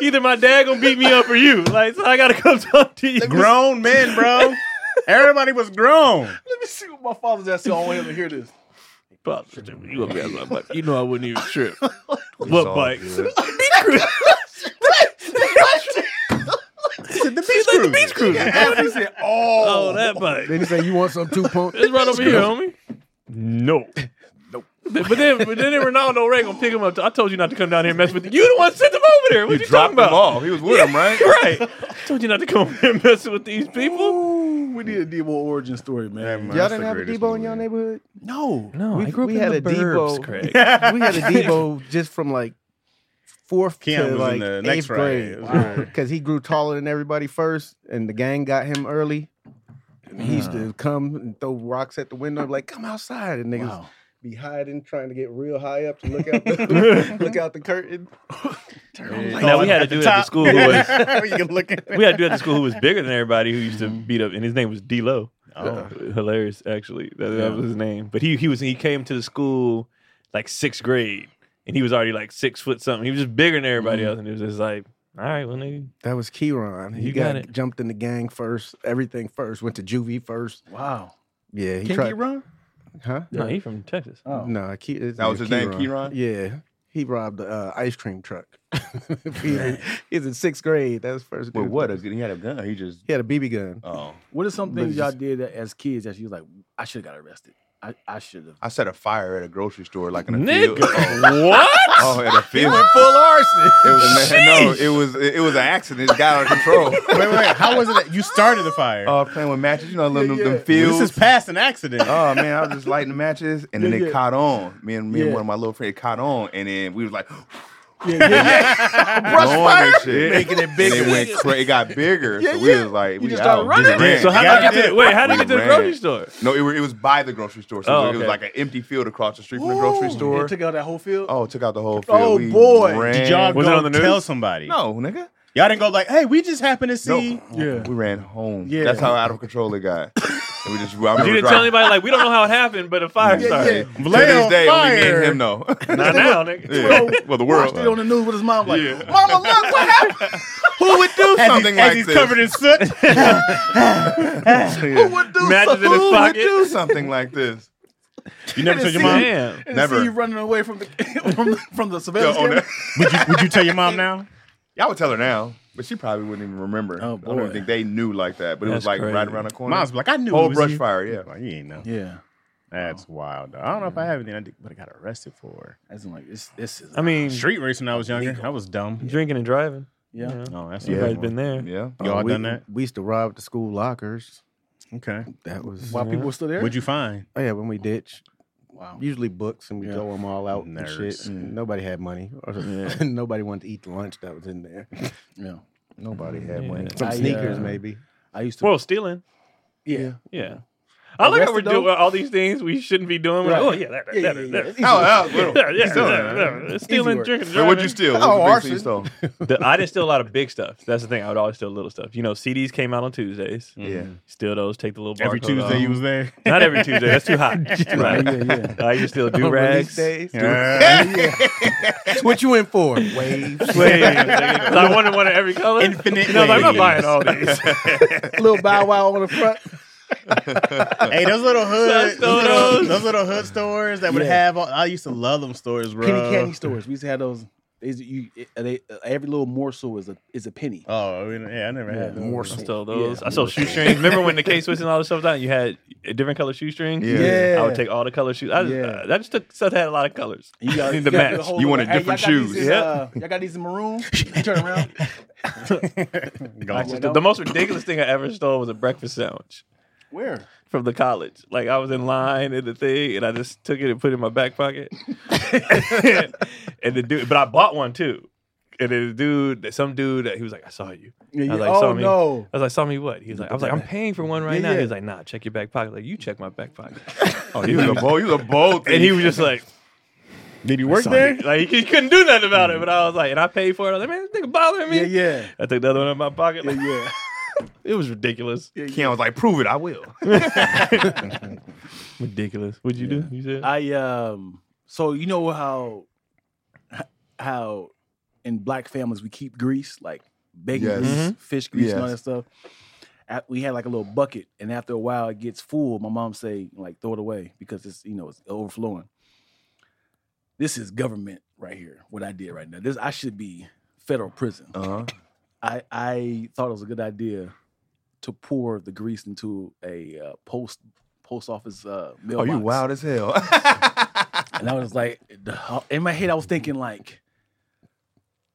either my dad gonna beat me up or you. Like, so I gotta come talk to you. Grown men, bro. Everybody was grown. Let me see what my father's at. So I want him to hear this. Pops is, you gonna be asshole. I'm like, you know, I wouldn't even trip. It's What all bike? good. The beach crew. Beach cruiser. he said, Oh, Oh, that bike. Then he said, "You want some too, punk?" It's right over here, homie. No. Nope. But then, but then Ronaldo Ray gonna pick him up. I told you not to come down here and mess with you. You the one sent him over there. What you, dropped talking about? him off. He was with him, right? Right. I told you not to come over here and mess with these people. Ooh, we need a Debo origin story, man. Y'all didn't have a Debo in your neighborhood. No, No, We- I grew up we in had the a burbs, Debo. Craig. we had a Debo just from like fourth Kim was to in like the next eighth grade round. Wow. because he grew taller than everybody first, and the gang got him early. And he used to come and throw rocks at the window, like "Come outside!" and niggas Wow. be hiding, trying to get real high up to look out the, look out the curtain. Now, we had a dude at the school who was you can look at we had a dude at the school who was bigger than everybody who used to beat up, and his name was D Lo. Oh. Hilarious, actually. That, that was his name. But he he was he came to the school like sixth grade, and he was already like six foot something. He was just bigger than everybody else, and it was just like, all right, well, nigga, That was Kieron. He You got got, it. jumped in the gang first, everything first, went to juvie first. wow. Yeah, he Can tried. he run? Huh? no, he from Texas. Oh, No, Ke- That was his name, Kieron? Yeah, he robbed an uh, ice cream truck. He's he's in sixth grade. That's first. But dude. what? A, he had a gun. He just. He had a BB gun. Oh, what are some But things it's y'all just- did that, as kids that you was like, I should have got arrested. I, I should have. I set a fire at a grocery store, like in a field. Nigga, what? Oh, at a field. full arson. It was a man, no. It was it was an accident. It got out of control. Wait, wait. How was it that you started the fire? Oh, playing with matches. You know, little them, them this fields. is past an accident. Oh man, I was just lighting the matches, and then Yeah, it yeah. caught on. Me and me and Yeah. one of my little friends caught on, and then we was like, Yeah, yeah. brush fire, shit. making it bigger. And it went cra- It got bigger, so we was like, we just out. started running. Just ran. So how did Yeah, I get to yeah. the, wait? How did I We get to the ran. grocery store? No, it, were, it was by the grocery store. So Oh, it okay. was like an empty field across the street from the grocery store. They took out that whole field. oh, took out the whole field. Oh, We boy. ran. Did y'all Was it go on the news? tell somebody? No, nigga. Y'all didn't go like, hey, we just happened to see. No. We ran home. Yeah. That's how out of control it got. and we just, I You didn't tell anybody. Like we don't know how it happened, but a fire started. To this day, only me fire. and him know. Not now, nigga. Yeah. Well, the world. Watched it on the news with his mom like, Mama, look what happened. Who would do As something he's, as like he's this? covered in soot. Who would Matches in do something? his Who would pocket. do something like this? you never told your mom? Damn. and Never. see you running away from the from, from the Yo, surveillance on camera. that- Would you, would you tell your mom now? Yeah, I would tell her now, but she probably wouldn't even remember. Oh, I don't even boy. think they knew like that, but it was That's like right crazy. around the corner. Mom's like, I knew it Whole was brush you. fire, yeah. Like, you ain't know. Yeah, That's wild. Though. I don't know if I have anything I did, but I got arrested for. that's like this. This is I mean, Street racing when I was younger. I was dumb. drinking and driving. yeah. You know, No, Oh, that's everybody's yeah. been there. Yeah. Uh, Y'all we, done that? We used to rob the school lockers. Okay. That was While people were still there, What'd you find? oh yeah, when we ditch, wow. usually books and we Yeah. throw them all out and shit. Nerds. And Nobody had money, or nobody wanted to eat the lunch that was in there. yeah. Nobody had Yeah. money. Some I, sneakers, uh, maybe. I used to. Well, stealing. yeah. Yeah. I like how we're Arrested, though? doing all these things we shouldn't be doing. We're like, oh yeah, that, that, Yeah, that, yeah, that, yeah. that, It's How? easy. How? Little. that, yeah, Still, that, that. stealing, work. drinking, Wait, what'd driving. you steal? Oh, What was the big arson. thing you stole? The- I didn't steal a lot of big stuff. That's the thing. I would always steal little stuff. You know, CDs came out on Tuesdays. Mm-hmm. Yeah. Steal those. Take the little barcode Every Tuesday off. you was there. Not every Tuesday. That's too hot. right. yeah, yeah. I used to steal do On release rags. days. Yeah. what you in for? Waves. Wait, I wanted one of every color. Infinite You know, like, I'm not waves. buying all these. Little bow wow on the front. hey, those little hood, those Suck little, those. those little hood stores that would Yeah. have. All, I used to love them stores, bro. penny candy stores. We used to have those. Is you it- they uh, every little morsel is a is a penny. Oh, I mean, yeah, I never had them. I stole those. I sold shoestrings. Remember when the K Swiss and all this stuff was out? You had a different color shoestrings. Yeah. I would take all the color shoes. I, just- Yeah. uh, I just took stuff that had a lot of colors. You got, Need the got match. whole You little- wanted y'all different got these shoes. in, Yeah. uh, y'all got these in maroon. You turn around. Gone. Just you the, know? the most ridiculous thing I ever stole was a breakfast sandwich Where? from the college. Like I was in line at the thing, and I just took it and put it in my back pocket. and the dude, but I bought one too. And then the dude, some dude, he was like, "I saw you." Yeah, I was yeah. like, oh saw me. no. I was like, "Saw me what?" He was like, "I was like, I'm paying for one right Yeah, now." He yeah. was like, "Nah, check your back pocket." Like, you check my back pocket. Oh, he was a bold. He was a bold. and he was just like, Did you work there? like he couldn't do nothing about it. But I was like, and I paid for it. I was like, man, this nigga bothering me. Yeah, yeah, I took the other one out of my pocket. Like, yeah. It was ridiculous. Ken was like, "Prove it, I will." Ridiculous. What'd you do? You said I um. So you know how how in black families we keep grease like bacon Yes. grease, fish grease, and all Yes. that stuff. At- We had like a little bucket, and after a while it gets full. My mom say like throw it away because it's you know it's overflowing. This is government right here. What I did right now. This I should be federal prison. Uh-huh. I I thought it was a good idea to pour the grease into a uh, post post office uh, mailbox. Oh, you wild as hell. and I was like, the- in my head, I was thinking like,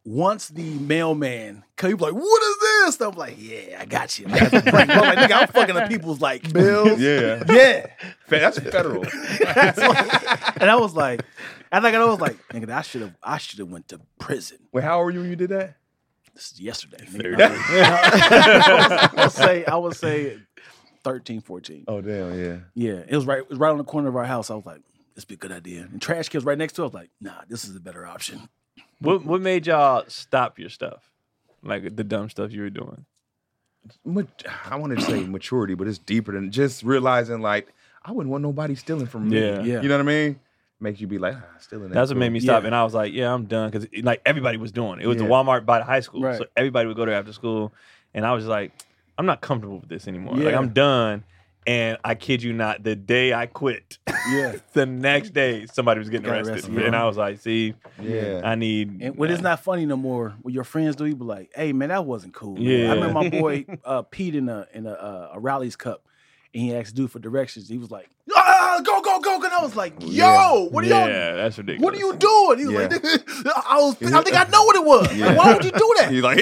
once the mailman came, like, what is this? I'm like, yeah, I got you. That's the prank. I'm like, nigga, I'm fucking the people's like bills. Yeah. Yeah, That's federal. and I was like, and like, I was like, nigga, I should have, I should have went to prison. Wait, how were you when you did that? This is yesterday. nigga. I would say, I would say, 13, 14. Oh damn, yeah. Yeah, it was right. It was right on the corner of our house. I was like, "This be a good idea." And trash cans right next to. It, I was like, "Nah, this is a better option." What what made y'all stop your stuff? Like the dumb stuff you were doing. Mat- I wanted to say maturity, but it's deeper than just realizing like I wouldn't want nobody stealing from me. Yeah. Yeah. You know what I mean? Makes you be like, ah, stealing. ain't That's what cool. made me stop, uh, Yeah. and I was like, "Yeah, I'm done," because like everybody was doing it. It was the Yeah. Walmart by the high school, Right. so everybody would go there after school, and I was just like, "I'm not comfortable with this anymore. Like Yeah. I'm done." And I kid you not, the day I quit, Yeah, the next day somebody was getting Got arrested, arrested, yeah. and I was like, "See, Yeah. I need." and when it's not funny no more, when your friends do, you be like, "Hey, man, that wasn't cool." man." Yeah. I remember my boy uh, Pete in a in a, uh, a Rally's cup, and he asked dude for directions. He was like, ah, "Go, go, go!" And I was like, "Yo, what are yeah, y'all?" that's ridiculous. What are you doing? He was Yeah. like, "Nigga, I was. I think I know what it was. Like, why would you do that? He's like,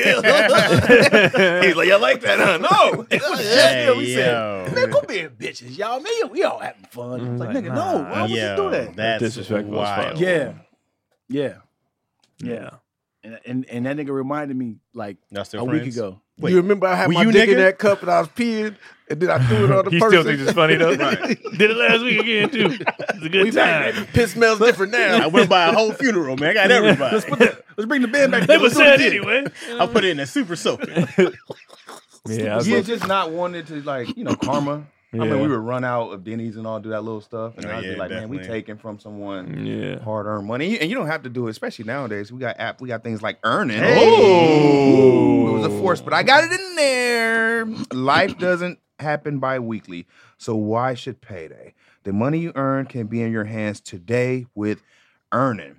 yeah. He's like, I like that, huh? No. It was just there. We said, yo. Man, quit being bitches, y'all. Man, we all having fun. It's like, Like, nigga, nah, no. Why would Yo, you do that? That's Disrespectful as fuck. wild. Yeah, yeah, yeah. Yeah. And, and and that nigga reminded me like Y'all still a friends? week ago. Wait, you remember I had were my you dick in nigga? that cup and I was peeing, and then I threw it on the He person. still thinks it's funny though. Did it last week again too. It's a good time. Piss smells different I now. went by a whole funeral, man. I got everybody. Let's bring the band back. They were sad anyway. I put it in a super soaker. Yeah, I was Yeah, like- just not wanting to like, you know, karma. I Yeah. mean, we would run out of Denny's and all do that little stuff, and Oh, I'd yeah, be like, man, we definitely. taking from someone yeah. hard earned money, and you don't have to do it, especially nowadays. We got app, we got things like earning. It Oh. was a force, but I got it in there. Life doesn't happen bi-weekly, so why should payday? The money you earn can be in your hands today with Earning.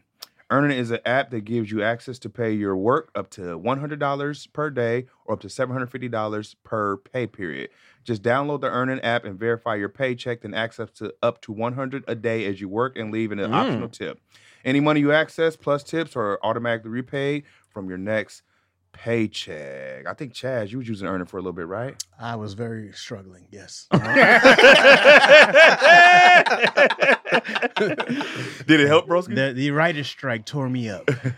Earning is an app that gives you access to pay your work up to $100 per day or up to $750 per pay period. Just download the Earning app and verify your paycheck, then access to up to 100 a day as you work and leave an optional tip. Any money you access plus tips are automatically repaid from your next paycheck. I think Chaz, you was using Earning for a little bit, right? I was very struggling. Yes. Did it help, broski? the, the writer's strike tore me up. I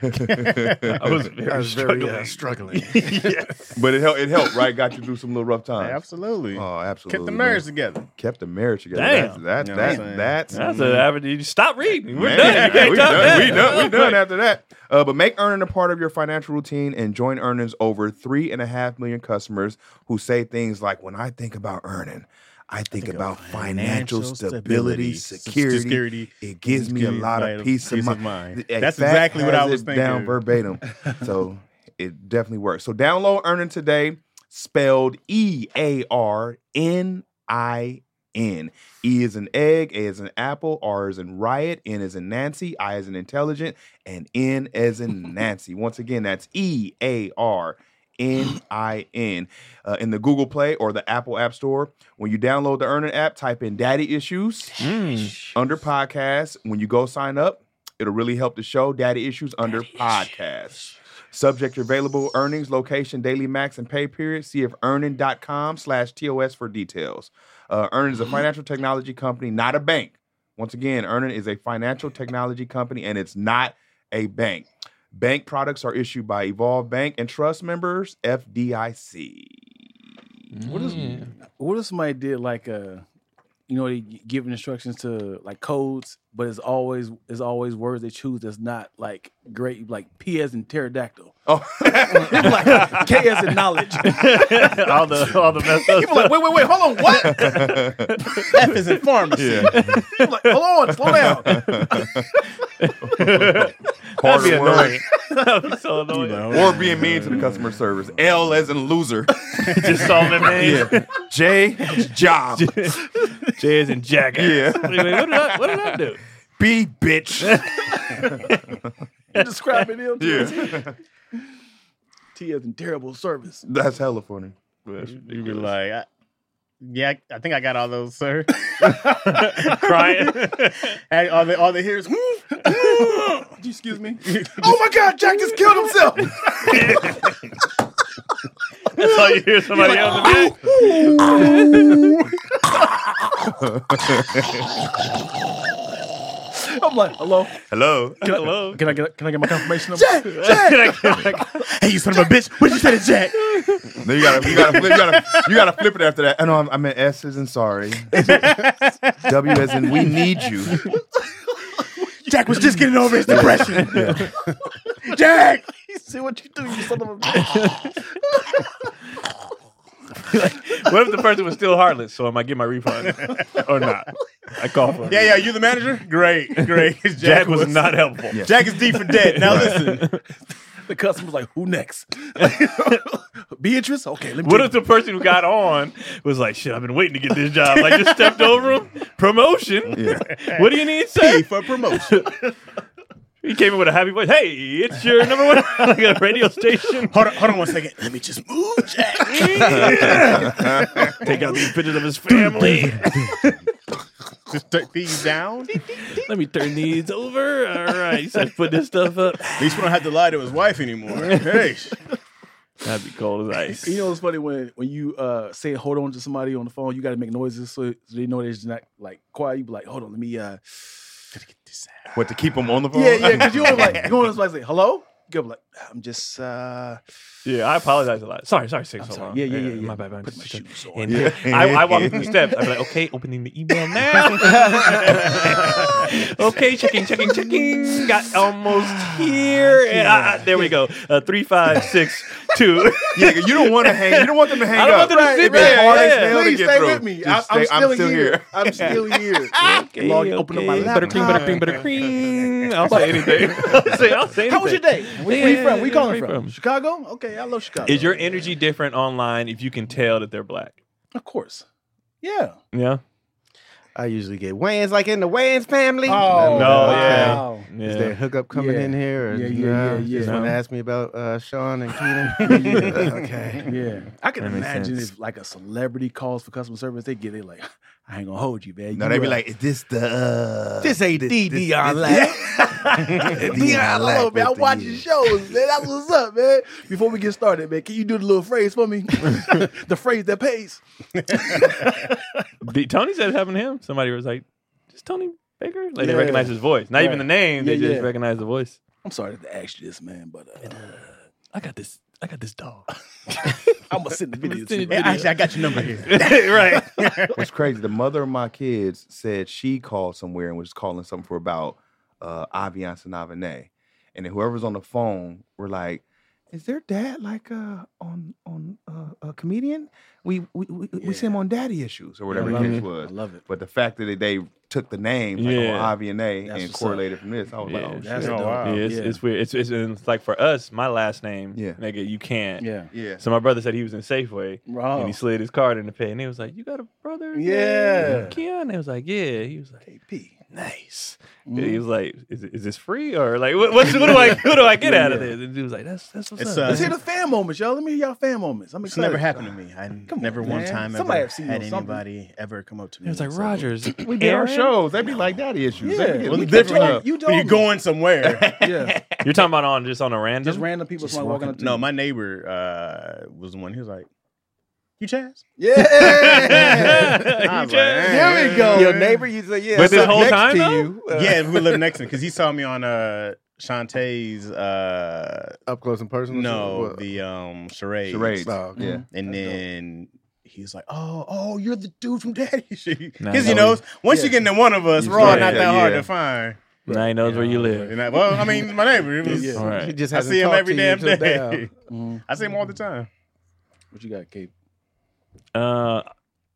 was very I was very struggling. uh, struggling. But it helped, it helped, right? Got you through some little rough times. Absolutely. Oh, absolutely. Kept the man. marriage together. kept the marriage together. Damn. That's, You that, know what I'm saying? that, that's, That's a average. You stop reading. We're Man, done. You can't we talk done. that. We done. We done after that. Uh, but make earning a part of your financial routine and join earnings over three and a half million customers who say things like, "When I think about earning, I think, about financial, stability, security. security. It gives me a Security, lot vital- of peace, peace of, of mind. mind. The- That's Fact exactly what I has was it thinking. Down verbatim. so it definitely works. So download earning today, spelled E A R N I N. E is an egg, A is an apple, R is in riot, N is in Nancy, I is in intelligent, and N as in Nancy. Once again, that's E A R N I N. Uh, in the Google Play or the Apple App Store, when you download the Earning app, type in Daddy Issues Mm. under podcast. When you go sign up, it'll really help the show. Daddy Issues under podcast. Subject available, earnings, location, daily max, and pay period. See if earning.com slash TOS for details. Uh, Earning is a financial technology company, not a bank. Once again, Earning is a financial technology company and it's not a bank. Bank products are issued by Evolve Bank and Trust members, FDIC. What is? What if somebody did like uh you know, they gi- giving instructions to like codes, but it's always it's always words they choose that's not like great, like P as in pterodactyl, Oh, like K as in knowledge. all the all the messed up People like, wait, wait, wait, hold on, what? F is in pharmacy. People like, hold on, slow down. That'd be Harder words. annoying. That'd be so annoying. Or being mean to the customer service. L as in loser. Just solving names. J, job. Jay is in jackass. Yeah. Wait, wait, what did I what did I do? B, bitch. Describing him. to us. Yeah. T as in terrible service. That's hella funny. You be like, I, yeah, I think I got all those, sir. Crying. Had all the all the hears. "Hmm." Excuse me. oh my God, Jack just killed himself. That's all you hear somebody else in the back. I'm like, hello. Hello. Can I, Hello. Can I get can I get my confirmation number? Hey, you son of a bitch! What you say to Jack? Then you gotta you gotta flip you gotta, you gotta flip it after that. I know I'm, I meant S isn't sorry. w as in we need you. Jack was just getting over his depression. Jack, See what you do, you son of a bitch. What if the person was still heartless? So am I getting my refund or not? I call for it. yeah, yeah, you the manager? Great, great. Jack, Jack was not helpful. Yeah. Jack is D for dead. Now listen, The customer's like, who next? Beatrice? Okay, let me What take if the person who got on was like, "Shit, I've been waiting to get this job. Like, just stepped over him. Promotion. Yeah. What do you need, P sir?" for promotion. He came in with a happy voice. Hey, it's your number one like a radio station. Hold on, hold on one second. Let me just move, Jack. Take out these pictures of his family. just take these down. At Let me turn these over. All right, he said, "Put this stuff up." least we don't have to lie to his wife anymore. Hey, That'd be cold as ice. You know what's funny when when you uh, say hold on to somebody on the phone, you got to make noises so, so they know they're just not like quiet. You be like, hold on, let me. Uh, What to keep him on the phone? yeah, yeah, because you want like you want to like say hello. You go like, I'm just. Uh, Yeah, I apologize a lot. Sorry, sorry, six. I'm so sorry. long. Yeah, yeah, yeah, yeah. My bad, my bad. Put my shoes on. And I, I walk through the steps. I'm like, okay, opening the email now. okay, checking, checking, checking. Got almost here. And I, I- there we go. Uh, three, five, six, two. Yeah, you don't want to hang. You don't want them to hang I don't want up. them to sit It'd be there, hard as yeah. hell to Please get stay through. with me. I, Just I'm stay- still here. I'm still here. Okay, Log- open up my okay. laptop. Buttercream, buttercream, buttercream. I'll say anything. I'll say, I'll say anything. How was your day? Where, Yeah, where you yeah, from? Where you yeah, calling where you from? from? Chicago? Okay, I love Chicago. Is your energy different online if you can tell that they're black? Of course. Yeah. Yeah. I usually get Wayans like in the Wayans family. Oh, No, okay. yeah. yeah. Is there a hookup coming Yeah. in here? Or Yeah, yeah, no? yeah, You Just yeah. want to ask me about uh, Sean and Keenan. okay. Yeah. I can That makes imagine sense. if like a celebrity calls for customer service, they get it like, I ain't gonna hold you, man. No, You, they be uh, like, is this the uh, This ain't this- DDR this- Lack. DDR Lack Hello, man. I with the watch years. your shows, man. That's what's up, man. Before we get started, man, can you do the little phrase for me? the phrase that pays. The- Tony said it happened to him. Somebody was like, "Just Tony Baker." Like they Yeah. recognize his voice, not even the name. they Yeah, just yeah. recognize the voice. I'm sorry to ask you this, man, but uh, I got this. I got this dog. I'm gonna send the video to you. Hey, actually, I got your number here. right. What's crazy? The mother of my kids said she called somewhere and was calling something for about uh, Aviance and Avene, and then whoever's on the phone were like, "Is their dad like uh, on on uh, a comedian? We we, we, we see him on Daddy Issues or whatever the love case it. I was." love it. But the fact that they took the name like Yeah. on Avi and A That's and what's correlated from this, I was Yeah, like, oh, shit. That's Oh, dope. wow. Yeah, it's, yeah. it's weird. It's, it's, and it's like for us, my last name, Yeah. nigga, you can't. Yeah. yeah. So my brother said he was in Safeway Wow. and he slid his card in the pay, and he was like, "You got a brother?" named Yeah. Keon. They was like, "Yeah." He was like, AP. "Nice." Mm. He was like, "Is, it- is this free or like what, what's, what do I what do I get out of this?" And he was like, "That's that's what's It's, uh, up." Let's hear the fan moments, y'all. Let me hear y'all fan moments. I'm It's excited. never happened to me. I Come never on, one man. time Somebody ever have seen you had on something. anybody ever come up to me. It was like So- Rogers. We did our Aaron? shows. They be like Daddy Issues. They be Yeah. getting- Well, we it's catch different up. though. You when you're don't. going somewhere. Yeah. You're talking about on just on a random. Just random people just walking up to no, you. my neighbor uh, was the one. He was like, "You Chaz?" Yeah. I You was like, just- "Eh." There we go. Your Your neighbor neighbor, you say, yeah. But this whole time, though? Uh. yeah, we lived next to him because he saw me on uh, Shantae's. Uh, Up close and personal. no, What? the um charades. Charades. Oh, okay. Yeah. And That's dope. then he's like, "Oh, oh, you're the dude from Daddy Issues." Nah, Because no, you know, once you yeah. get into one of us, He's we're all right. not that Yeah, hard yeah. to find. Now he knows where you live. And I- well, I mean, my neighbor. It was, Yeah. All right. He just I hasn't see him talked every to damn you till day. Mhm. I see him all the time. What you got, Kate? Uh,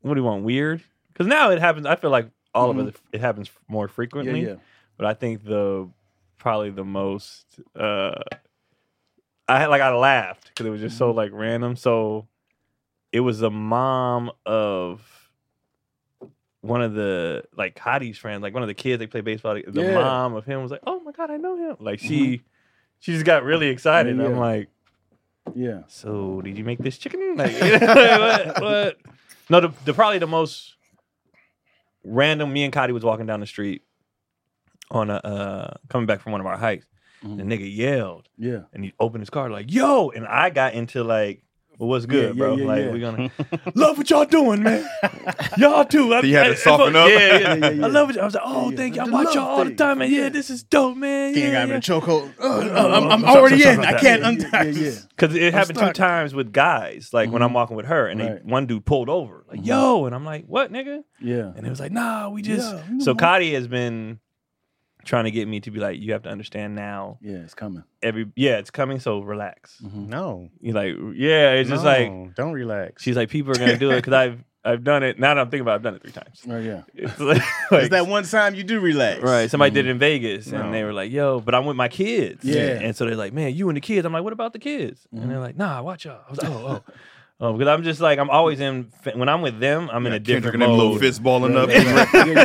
what do you want? Weird? Because now it happens. I feel like all Mhm. of us. It happens more Yeah, frequently. yeah. But I think the probably the most. Uh, I had like I laughed because it was just so Mm-hmm. like random. So it was the mom of one of the like Hottie's friends, like one of the kids they play baseball. The Yeah. Mm-hmm. mom of him was like, "Oh my god, I know him!" Like she, she just got really excited. Yeah, I'm yeah. like. Yeah. So, did you make this chicken? Like, what, what? No, the, the probably the most random. Me and Cody was walking down the street, on a uh, coming back from one of our hikes. Mm-hmm. The nigga yelled Yeah. and he opened his car like, "Yo!" And I got into like, "Well, what's good, Yeah, yeah, bro? yeah, like, yeah. we're gonna love what y'all doing, man. y'all too. I, You had to I- I- soften I- up. Yeah, yeah. Yeah, yeah, yeah. I love it. I was like, "Oh, thank you. I The watch love y'all all the thing. time, man. Yeah, this is dope, man. King yeah, got me in yeah. a chokehold. Ugh, I'm, I'm sorry, already sorry in. about I that. can't Yeah, yeah, untie yeah, this. Because it happened two stuck. times with guys, like Mm-hmm. when I'm walking with her, and Right. they, one dude pulled over, like, Mhm. "Yo," and I'm like, "What, nigga?" Yeah. And it was like, "Nah, we just." Yeah, we so know. Cody has been trying to get me to be like, "You have to understand now. Yeah, it's coming. Every yeah, it's coming, so relax." No, You're like, "Yeah," it's just no, like don't relax. she's like, "People are gonna do it because I've I've done it." Now that I'm thinking about, it, I've done it three times. Right, Oh, yeah. It's like, It's that one time you do relax. Right. Somebody did it in Vegas No. and they were like, yo, but I'm with my kids. Yeah. And so they're like, man, you and the kids. I'm like, what about the kids? And they're like, nah, watch y'all. I was like, oh, oh. Oh, because I'm just like I'm always in. When I'm with them, I'm in a Kendrick different and them little mode. fist balling up, getting ready,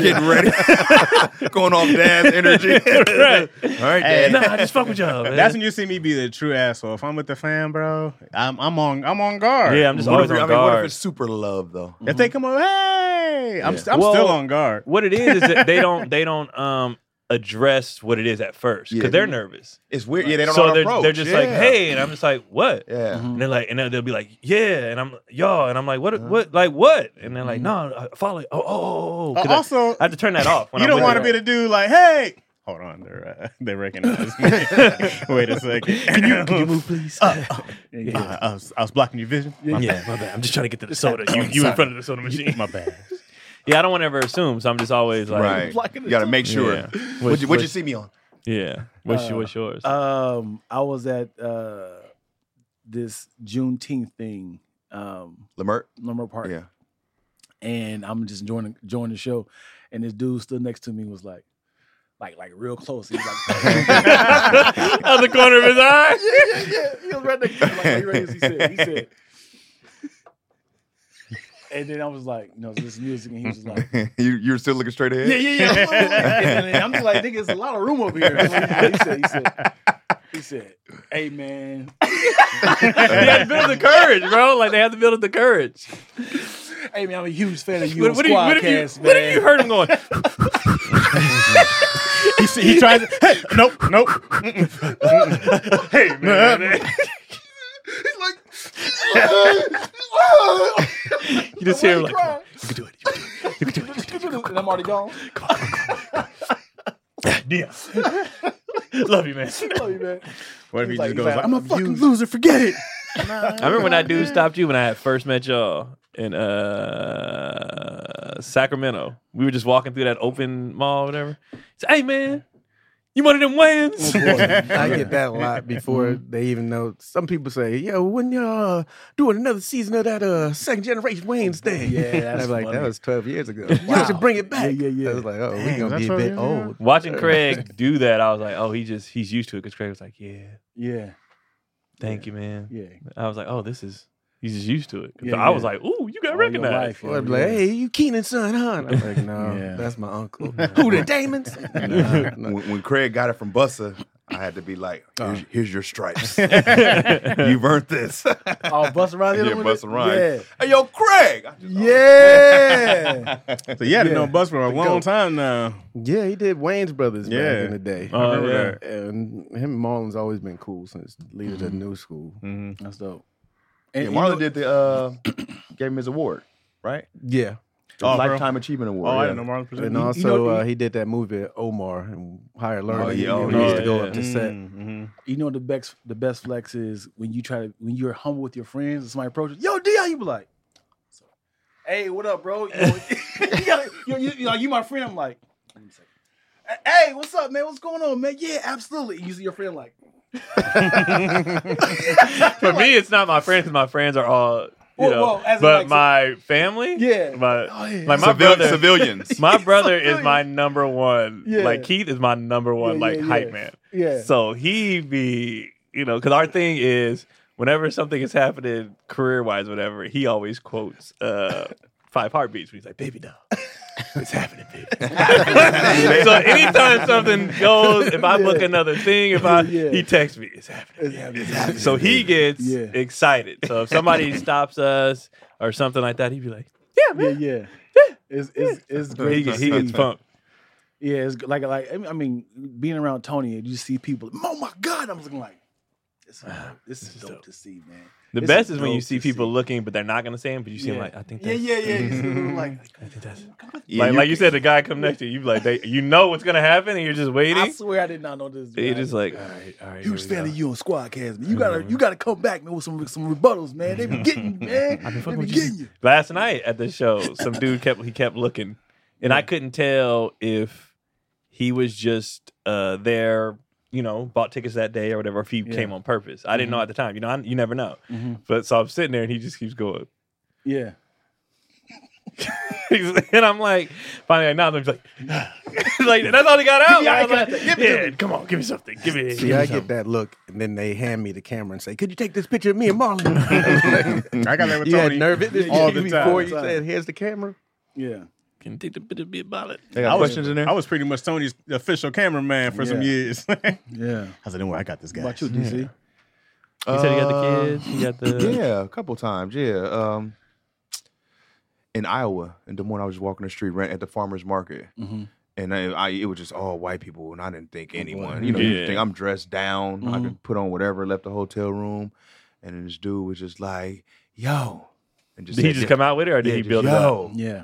getting ready. going off dad's energy. right? All right, Hey, dad. nah, I just fuck with y'all. Man. That's when you see me be the true asshole. If I'm with the fam, bro, I'm I'm on I'm on guard. yeah. I'm just What always if, I on mean, what if guard. it's super love though? If they come over, hey, I'm st- I'm Well- still on guard. What it is is that they don't they don't um address what it is at first because Yeah. they're nervous. It's weird. Yeah, they don't so know how to they're approach. they're just yeah. like, hey, and I'm just like, what? Yeah. Mm-hmm. And they're like, and they'll, they'll be like, yeah, and I'm y'all, and I'm like, what, what, like what? And they're like, no, I follow. it. Oh, oh, oh, oh. 'Cause I- also, I had to turn that off. When you I'm don't with want to her. be the dude like, hey, hold on, they're, uh, they recognize me. Wait a second. Can you, Can you move, please? Uh, I, was, I was blocking your vision. My Yeah, my bad. I'm just trying to get to the soda. You, you in front of the soda machine. bad. My bad. Yeah, I don't want to ever assume, so I'm just always like, right. You got to make sure. Yeah. What'd, you, Which- what'd you see me on? yeah. What's, Uh, what's yours? Um, I was at uh this Juneteenth thing, um, Lamert? Lumber Park, Yeah. and I'm just enjoying enjoying the show, and this dude stood next to me was like, like like real close. He was like, Out the corner of his eye. yeah, yeah, yeah. He was right next to me. Like, "Are you ready?" He said, he said. And then I was like, no, this is music. And he was just like, you, you're still looking straight ahead? yeah, yeah, yeah. I'm like, and then I'm just like, nigga, it's a lot of room over here. He said, he said, he said, hey, man. they had to build up the courage, bro. Like they had to build up the courage. Hey, man, I'm a huge fan of you What, on what, do you, what, if Squadcast, you, what if man. you heard him going? He, s- he tries. to- Hey, nope, nope. Mm-mm. hey man, You just hear him like, and I'm already gone. yeah. Love you, man. Love you, man. what if he He's just goes? like- he's like, Like, I'm a I'm fucking used. loser. Forget it. I remember when that dude stopped you when I had first met y'all in uh Sacramento. We were just walking through that open mall or whatever. He said, Hey man, you one of them wins? I get that a lot before they even know. Some people say, "Yo, when y'all uh, doing another season of that uh second generation Wayne's thing?" Yeah, that's I'm like funny. that was twelve years ago. Y'all should bring it back. Yeah, yeah, yeah. I was like, "Oh, Dang, we gonna was be that a 12 bit years old." Watching Craig do that, I was like, Oh, he just he's used to it because Craig was like, Yeah, Yeah, thank you, man. yeah. I was like, Oh, this is he's just used to it. 'Cause Yeah, I was yeah. like, Ooh, you got All your recognized. life, yeah, Well, I'd be yeah. like, "Hey, you Keenan's son, huh?" And I'm like, "No, Yeah. that's my uncle." Who the Damons? Nah, nah. When, when Craig got it from Bussa, I had to be like, Uh. here's, here's your stripes. You've earned this. Oh, Busta Rhymes. Yeah, hit him with Busta it? Rhymes. hey, yo, Craig. I just- Yeah. yeah. So you had Yeah. been on bus for a long time now. Yeah, he did Wayne's Brothers Yeah. back in the day. Oh, yeah. And him and Marlon's always been cool since leaders of new school. Mm-hmm. That's dope. Yeah, And, you know- Marlon did the, uh, gave him his award, right? Yeah. The Oh, bro. Lifetime Achievement Oh, I Award. yeah. didn't know Marlon presented. And you also, know- uh, he did that movie Omar and Higher Learning. yeah, oh, When he used yeah, to go yeah. up to Mm-hmm. set. you know the best the best flex is when you try to when you're humble with your friends and somebody approaches, yo, DI, you be like, Hey, what up, bro? You, know, you, gotta- you, you, you, like, you my friend. I'm like, hey, what's up, man? What's going on, man? Yeah, absolutely. You see your friend like, For me, it's not my friends. 'cause My friends are all you Well, know, well, as in, but like, my family, Yeah. my Oh, yeah. like my Civil- brother, Civilians. my brother is my number one. Yeah. Like Keith is my number one. Yeah, like yeah, hype yeah. man. Yeah. So he be you know because our thing is whenever something is happening career wise whatever he always quotes uh Five Heartbeats. He's like baby doll. It's happening, baby. so anytime something goes, if I book Yeah. another thing, if I Yeah. he texts me, it's happening. It's happening, it's happening. So he gets Yeah. excited. So if somebody stops us or something like that, he'd be like, yeah, yeah. It's it's it's he, great. get- to he gets see. pumped. Yeah, it's g- like like I mean- I mean, being around Tony, you see people. Oh my God! I was looking like, this Ah, is dope, this is dope to see, man. The This best is is when you dope see to see. people looking, but they're not gonna say it, but you see them Yeah. like, I think Yeah, that's yeah, yeah. You see people like, I think that's Yeah, like, you like you said, the guy come next to you, you be like they, you know what's gonna happen, and you're just I waiting. swear I did not know this. And You're man. just like, all right, all right. Huge fan of you on Squadcast, man. You gotta, you gotta come back, man, with some some rebuttals, man. They be getting you, man. They fucking be with getting you. Last night at the show, some dude kept he kept looking, and I couldn't tell if he was just uh, there, you know, bought tickets that day or whatever, if he came on purpose. I didn't know at the time. You know, I, you never know. But so I'm sitting there, and he just keeps going. Yeah. and I'm like, finally, like, now I'm like, like that's all he got out. I was like, yeah, come on, give me something, give me. See, I get that look, and then they hand me the camera and say, "Could you take this picture of me and Marlon?" I got that with you had Tony. nerve it all the before time. you said, "Here's the camera." Yeah. Can take the bit of bit about it. They got I was- questions in there. I was pretty much Tony's official cameraman for some Yeah. years. I Yeah. was like, don't worry, I got this What guy. about you, DC? He said he got the kids. Uh, He got the Uh, Yeah, a couple times. Yeah. Um, in Iowa, in Des Moines, I was just walking the street right at the farmers market, Mhm. and I, I it was just all white people, and I didn't think anyone. You know, you Yeah. think I'm dressed down, I could put on whatever. Left the hotel room, and then this dude was just like, "Yo," and Did he said, just come out with it, or did yeah, he just, build it up? Yo, Yeah.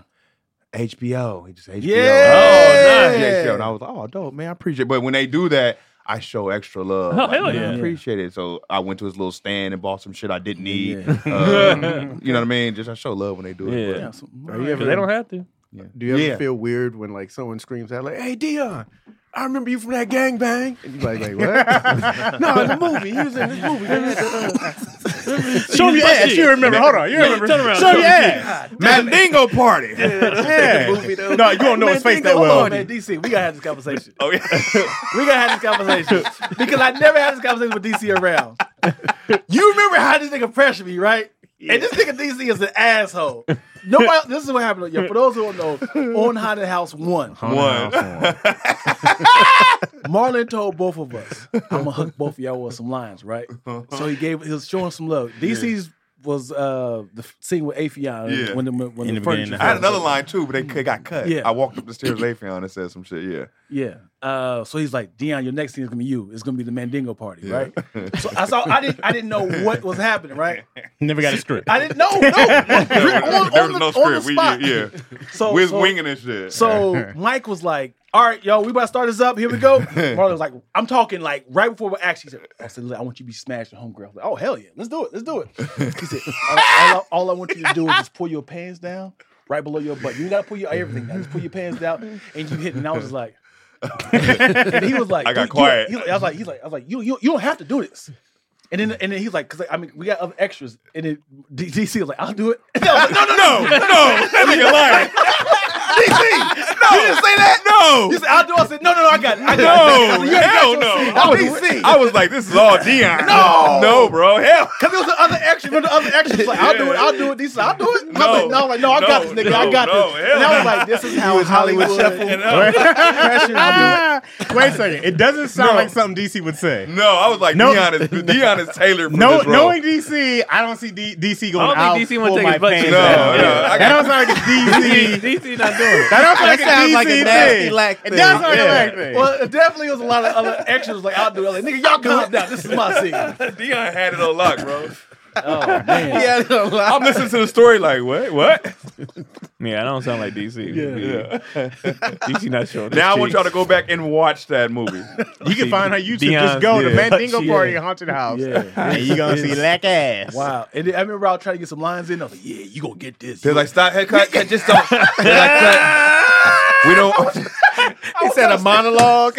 HBO. He just HBO. Oh, nice. HBO. And I was like, oh, dope, man. I appreciate it. But when they do that, I show extra love. Oh, Like, hell man, yeah. I appreciate it. So I went to his little stand and bought some shit I didn't need. Yeah. Uh, you know what I mean? Just I show love when they do it. Yeah. Oh, Yeah, so- Are you 'Cause ever? they don't have to. do you ever Yeah. feel weird when like someone screams out like, "Hey, Dion, I remember you from that gangbang," and you're like, "Like what?" no, in the movie, he was in this movie. Show me Yeah, you remember. Hold on. You remember. Turn around. Show Show your me ass. Mandingo party. Yeah. No, you don't know his face that Hold well. on, man, DC, we gotta have this conversation. Oh, yeah. We gotta have this conversation because I never had this conversation with DC around. You remember how this nigga pressured me, right? And this nigga DC is an asshole. Nobody. This is what happened. Yeah, for those who don't know, on Haunted House One, One. Marlon told both of us, "I'm gonna hook both of y'all with some lines, right?" So he gave. He was showing some love. DC's was uh the f- scene with Afion Yeah. when the when In the the, furniture. beginning of the I had fell. another line too, but they c- got cut. Mm-hmm. Yeah. I walked up the stairs, Layfion, and said some shit. Yeah. Yeah. Uh, so he's like, Dion, your next scene is gonna be you. It's gonna be the Mandingo party, right? so I saw. I didn't. I didn't know what was happening, right? Never got a script. I didn't know. No, There, on, there on was the, no on the script. We, spot. yeah. So, we was so, winging this shit. so Mike was like, "All right, yo, we about to start this up. Here we go." Marlon was like, "I'm talking like right before we actually." Said, I said, "Look, I want you to be smashed at homegirl." I was Like, oh hell yeah, let's do it. Let's do it. He said, all, all I, all I want you to do is just pull your pants down right below your butt. You ain't gotta pull your everything down. Just pull your pants down, and you hit." And I was just like. and he was like, I got "You- you- quiet. he- I was like, he's like, I was like, you, you, you don't have to do this. And then, and then he's like, because I mean, we got other extras. And then D- DC was like, I'll do it. And I was like, no, no, no. no, no, that nigga lying. DC, no, you didn't say that. No, He said, I'll do it. I said, no, no, no, I got it. I got No, it. You ain't got hell your no. seat. I was, I was like, this is all Dion. No, no, bro, hell. Cause it was the other extra, remember the other extras like, I'll do it, I'll do it. These, I'll do it. And I was like, no, I was like, no, I got No, this, nigga, no, I got no, this. hell And I was no. like, this is how Hollywood, Hollywood And I- pressure. I'll do Ah, Wait a second. It doesn't sound like something DC would say. no, I was like, No. Dion is Dion is tailored for No, Mm. this role. knowing DC, I don't see D- DC going. I don't think "I'll DC wanna pull take my his butt pants cheeks No, down." no, I that don't sound like a DC. DC not doing it. that don't sound like a DC thing. lack It does sound like a Yeah. lack it. thing. Well, it definitely was a lot of other extras like, I'll do it. I was Like, nigga, y'all calm down. This is my scene. Dion had it on lock, bro. Oh man. Yeah, no, like- I'm listening to the story like, what, what? Yeah, I don't sound like DC. Yeah, DC not showing. Now I want y'all to go back and watch that movie. you can find her YouTube. Dion's Just go to dead. Mandingo Yeah. Party at Haunted House, Yeah. and you gonna see lack ass. Wow. And then I remember I was trying to get some lines in. I was like, yeah, you gonna get this. They're like, stop, hey, cut, cut, just don't. They're like, cut. We don't. he said a monologue.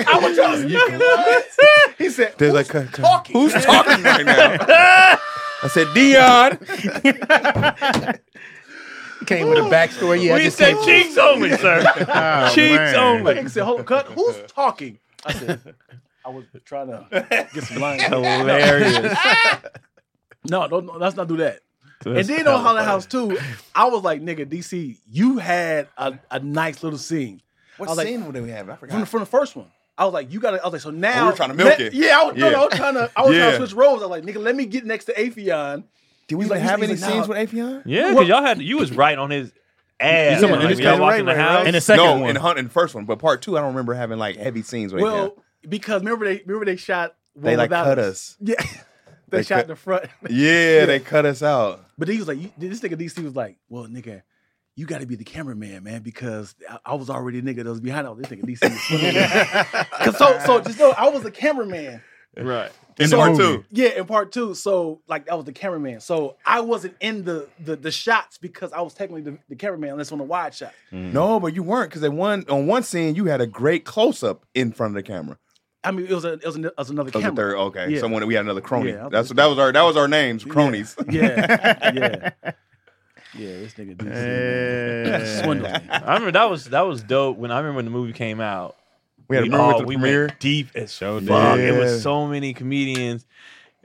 he said, They're like, cut, cut. Who's talking right now? I said, Dion. Came with a backstory. Yeah, I We just said came- cheeks only, sir. Oh, cheeks man. only. he said, hold on, cut. Who's talking? I said, I was trying to get some lines. Hilarious. No, don't, no, let's not do that. and then on Haunted House too, I was like, nigga, DC, you had a, a nice little scene. I was like, would we have? I from the, from the first one. I was like, you gotta. I was like, so now Oh, we were trying to milk it. Yeah, I was, No, Yeah. no, I was trying to. I was trying Yeah. to switch roles. I was like, nigga, let me get next to Afion. Did we even have any scenes with Afion? Yeah, because y'all had you was right on his ass. talking when about we Ray walk in the Ray, right? house. In the second no, one, in Hunt in the first one, but part two, I don't remember having like heavy scenes with Well, him. because remember they remember they shot They One like Without cut us. Yeah, they, They shot cut- the front. Yeah, they cut us out. But he was like, you, this nigga DC was like, well, nigga, you got to be the cameraman, man, because I, I was already a nigga that was behind all this nigga DC. Was Cause so so just know I was the cameraman. Right. In So- part two. Yeah, in part two. So like I was the cameraman. So I wasn't in the the, the shots because I was technically the, the cameraman unless on the wide shot. No, but you weren't because one on one scene you had a great close up in front of the camera. I mean, it was a, it was, an, it was another That was the camera. third. Okay, Yeah. someone we had another crony. Yeah, I was That's that was our that was our names, cronies. Yeah, yeah, yeah. This nigga DC man. swindled me. I remember that was that was dope. When I remember when the movie came out, We had a we remember all with the we premiere. went deep as Show fuck. It Yeah. was so many comedians.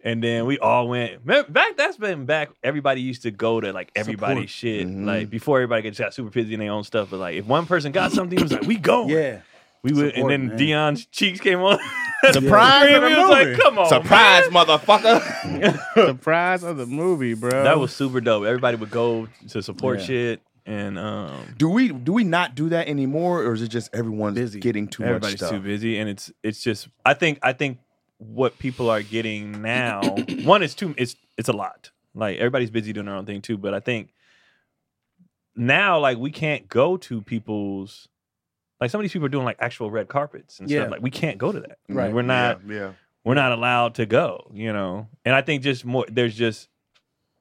And then we all went man, back. That's been back. Everybody used to go to like everybody's shit, Mhm. like before everybody gets got super busy in their own stuff. But like, if one person got something, it was like, we going. Yeah. we would. And then Supporting, man. Dion's cheeks came on. Surprise and of the we was like, movie. come on, Surprise, motherfucker! Surprise of the movie, bro. That was super dope. Everybody would go to support Yeah. shit, and um, do we do we not do that anymore, or is it just everyone's Busy. getting too everybody's much too stuff? busy. And it's it's just I think I think what people are getting now one is too it's it's a lot. Like everybody's busy doing their own thing too. But I think now like we can't go to people's like some of these people are doing like actual red carpets and Yeah. stuff. Like we can't go to that. Right. We're not Yeah, yeah. we're not allowed to go. You know. And I think just more there's just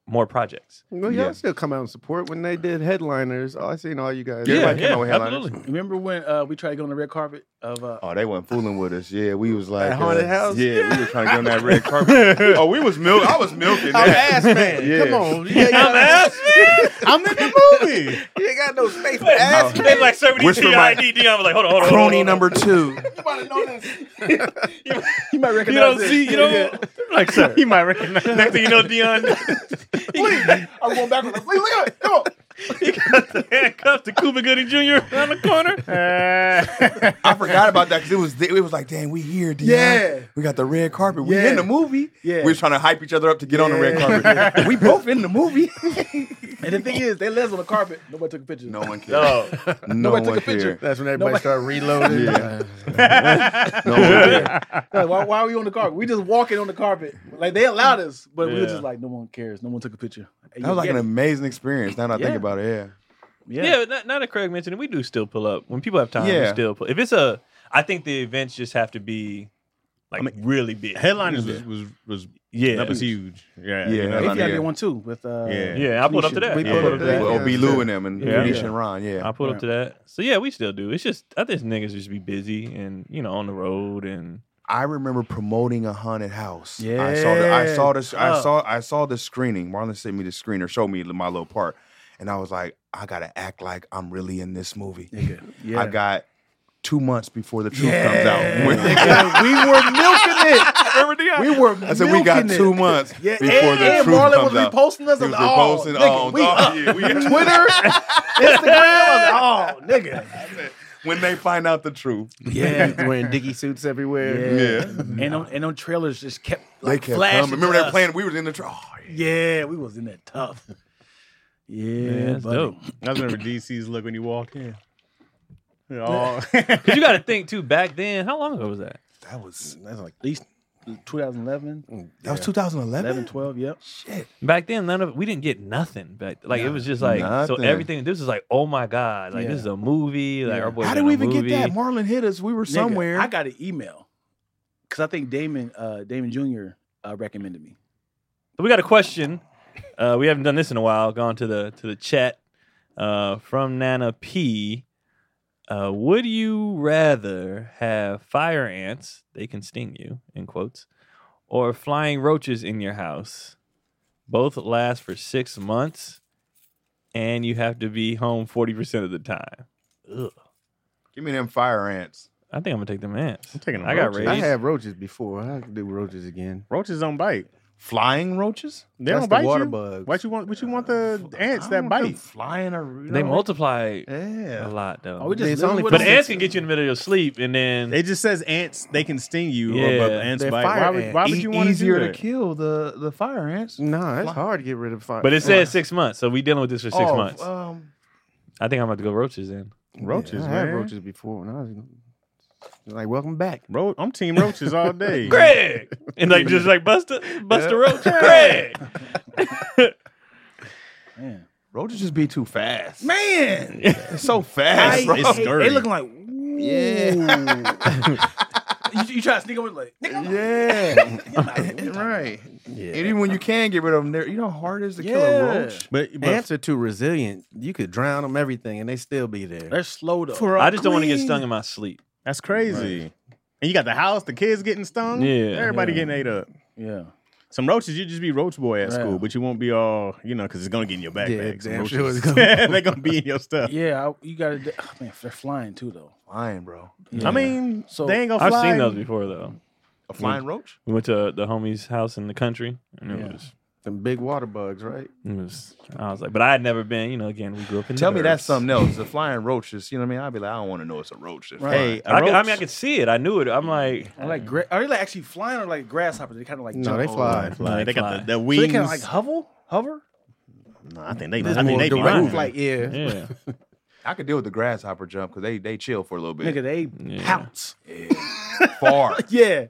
more projects. Well, y'all Yeah. still come out and support when they did headliners. Oh, I seen all you guys. Yeah, Everybody came out with headliners. absolutely. Remember when uh, we tried to go on the red carpet of uh, Oh, they weren't fooling with us. Yeah, we was like That haunted uh, house? Yeah, we were trying to get on that red carpet. oh, we was milk. I was milking. I'm that. ass man. Yeah. Come on. You ain't I'm got, ass man. I'm in the movie. you ain't got no space for ass They like serving Whisper my- TID. Dion was like, hold on, hold on. Crony hold on, hold number two. You might on. recognize You don't it. see, you don't. Like, sir. You might recognize. Next thing you know, Dion, I'm going back. Like, look at it. Come on. he got the handcuffs to Cuba Gooding Jr. around the corner. I forgot about that because it was it was like, dang, we here, Dion. Yeah. we got the red carpet. We Yeah. in the movie. Yeah. we was trying to hype each other up to get on the red Yeah. carpet. we both in the movie. And the thing is, they left on the carpet. Nobody took a picture. No one cared. No. no Nobody one took a cared. picture. That's when everybody started reloading. Yeah. no one cared. Like, why, why are we on the carpet? We just walking on the carpet. Like they allowed us, but we were Yeah. just like, no one cares. No one took a picture. And That was you like get an it. amazing experience. Now that I Yeah. think about it, yeah. Yeah, but not, not that Craig mentioned it. We do still pull up. When people have time, we Yeah. still pull If it's a, I think the events just have to be like I mean, really big. Headliners was was, was Yeah. that was huge. Yeah, Yeah. If you Yeah. had that one too with uh, Yeah. Yeah, I pulled up to Tanisha. that. We I pulled pulled up up to to that. that. With Yeah. OB Lou and them and Yeah. Reach and Ron, yeah. I pulled up to that. So yeah, we still do. It's just I think niggas just be busy and you know on the road and I remember promoting a haunted house. I saw the I saw the I Tough. saw I saw the screening. Marlon sent me the screen or showed me my little part, and I was like, I gotta act like I'm really in this movie. Nigga. Yeah. I got two months before the truth Yeah. comes out. Nigga, we were milking we were. I said we got milking two it. months Yeah, before and- the and truth Marlon comes was out. reposting us He on was all. reposting Nigga, on we all. up. Yeah, we up. Instagram. oh, nigga. when they find out the truth. Yeah. Wearing dicky suits everywhere. Yeah. And on, and on trailers just kept They like kept flashing. coming. Remember to they were us. playing. We was in the truth. Oh, yeah. Yeah, we was in that tough. Yeah, that's buddy. dope. I remember DC's look when you walked in. Oh, Cause you got to think too. Back then, how long ago was that? That was That's like at least 2011, that was 2011. 11, 12. Yep. Back then, none of we didn't get nothing. Back like it was just like so Nothing. everything. This is like oh my god, like Yeah. this is a movie. Like Yeah. our boy. How did did we even get that? Marlon hit us. We were Nigga, somewhere. I got an email because I think Damon, uh, Damon Jr. Uh, recommended me. We got a question. Uh, we haven't done this in a while. Gone to the to the chat uh, from Nana P. Uh, would you rather have fire ants? They can sting you in quotes, or flying roaches in your house. Both last for six months, and you have to be home forty percent of the time. Ugh. Give me them fire ants. I think I'm gonna take them ants. I'm taking them I got roaches. raised. I had roaches before. I can do roaches again. roaches don't bite. Flying roaches? They That's don't the bite water you. bugs. What you want? What you want the ants I that don't want them bite? Flying or they multiply a Yeah. lot though. Oh, we just It's living only- with but them. ants can get you in the middle of your sleep, and then It just says ants. They can sting you, Yeah. or, but ants They're bite. fire Why would, ants. why would you want E- easier do to that? kill the, the fire ants. Nah, it's Fly- hard to get rid of fire. But it says six months, so we dealing with this for six Oh, months. Um, I think I'm about to go roaches in. Roaches, I had man. roaches before when I was like, welcome back. Ro- I'm team roaches all day. Greg and like just like Buster Buster Roach. Greg. Man. Roaches just be too fast. Man. It's so fast, I bro. hate- scary. They looking like, yeah. you, you try to sneak up with like, nigga, Yeah. I'm not doing that. right. Yeah. Even when you can get rid of them, they're- you know how hard it is to kill Yeah. a roach? But, but Ants are too resilient. You could drown them, everything, and they still be there. They're slow though. I just don't want to get stung in my sleep. that's crazy. And you got the house, the kids getting stung. Yeah, Everybody yeah. getting ate up. yeah. Some roaches, you just be roach boy at Yeah. school, but you won't be all, you know, because it's gonna get in your backpack. Some damn roaches- sure it's gonna- They're gonna be in your stuff. Yeah, I, you gotta. Oh, man, they're flying too though. Flying, bro. Yeah. I mean, So, they ain't gonna I've fly. seen those before though. A flying roach? We went to the homie's house in the country, and it Yeah. was. Them big water bugs, right? It was, I was like, but I had never been. You know, again, we grew up in. the Tell me burbs. that's something else. The flying roach is, you know what I mean? I'd be like, I don't want to know it's a roach. It's flying. Hey, a I, could- I roach- mean, I could see it. I knew it. I'm like, Are like gra- are they like actually flying or like grasshoppers? They kind of like No, jump Oh, they over. fly. fly. They got the, the So wings. they kind of like hover, hover. no, I think they. There's I think more they be direct moving. flight, yeah. yeah, I could deal with the grasshopper jump because they, they chill for a little bit. Nigga, they Yeah. pounce. Far. Yeah,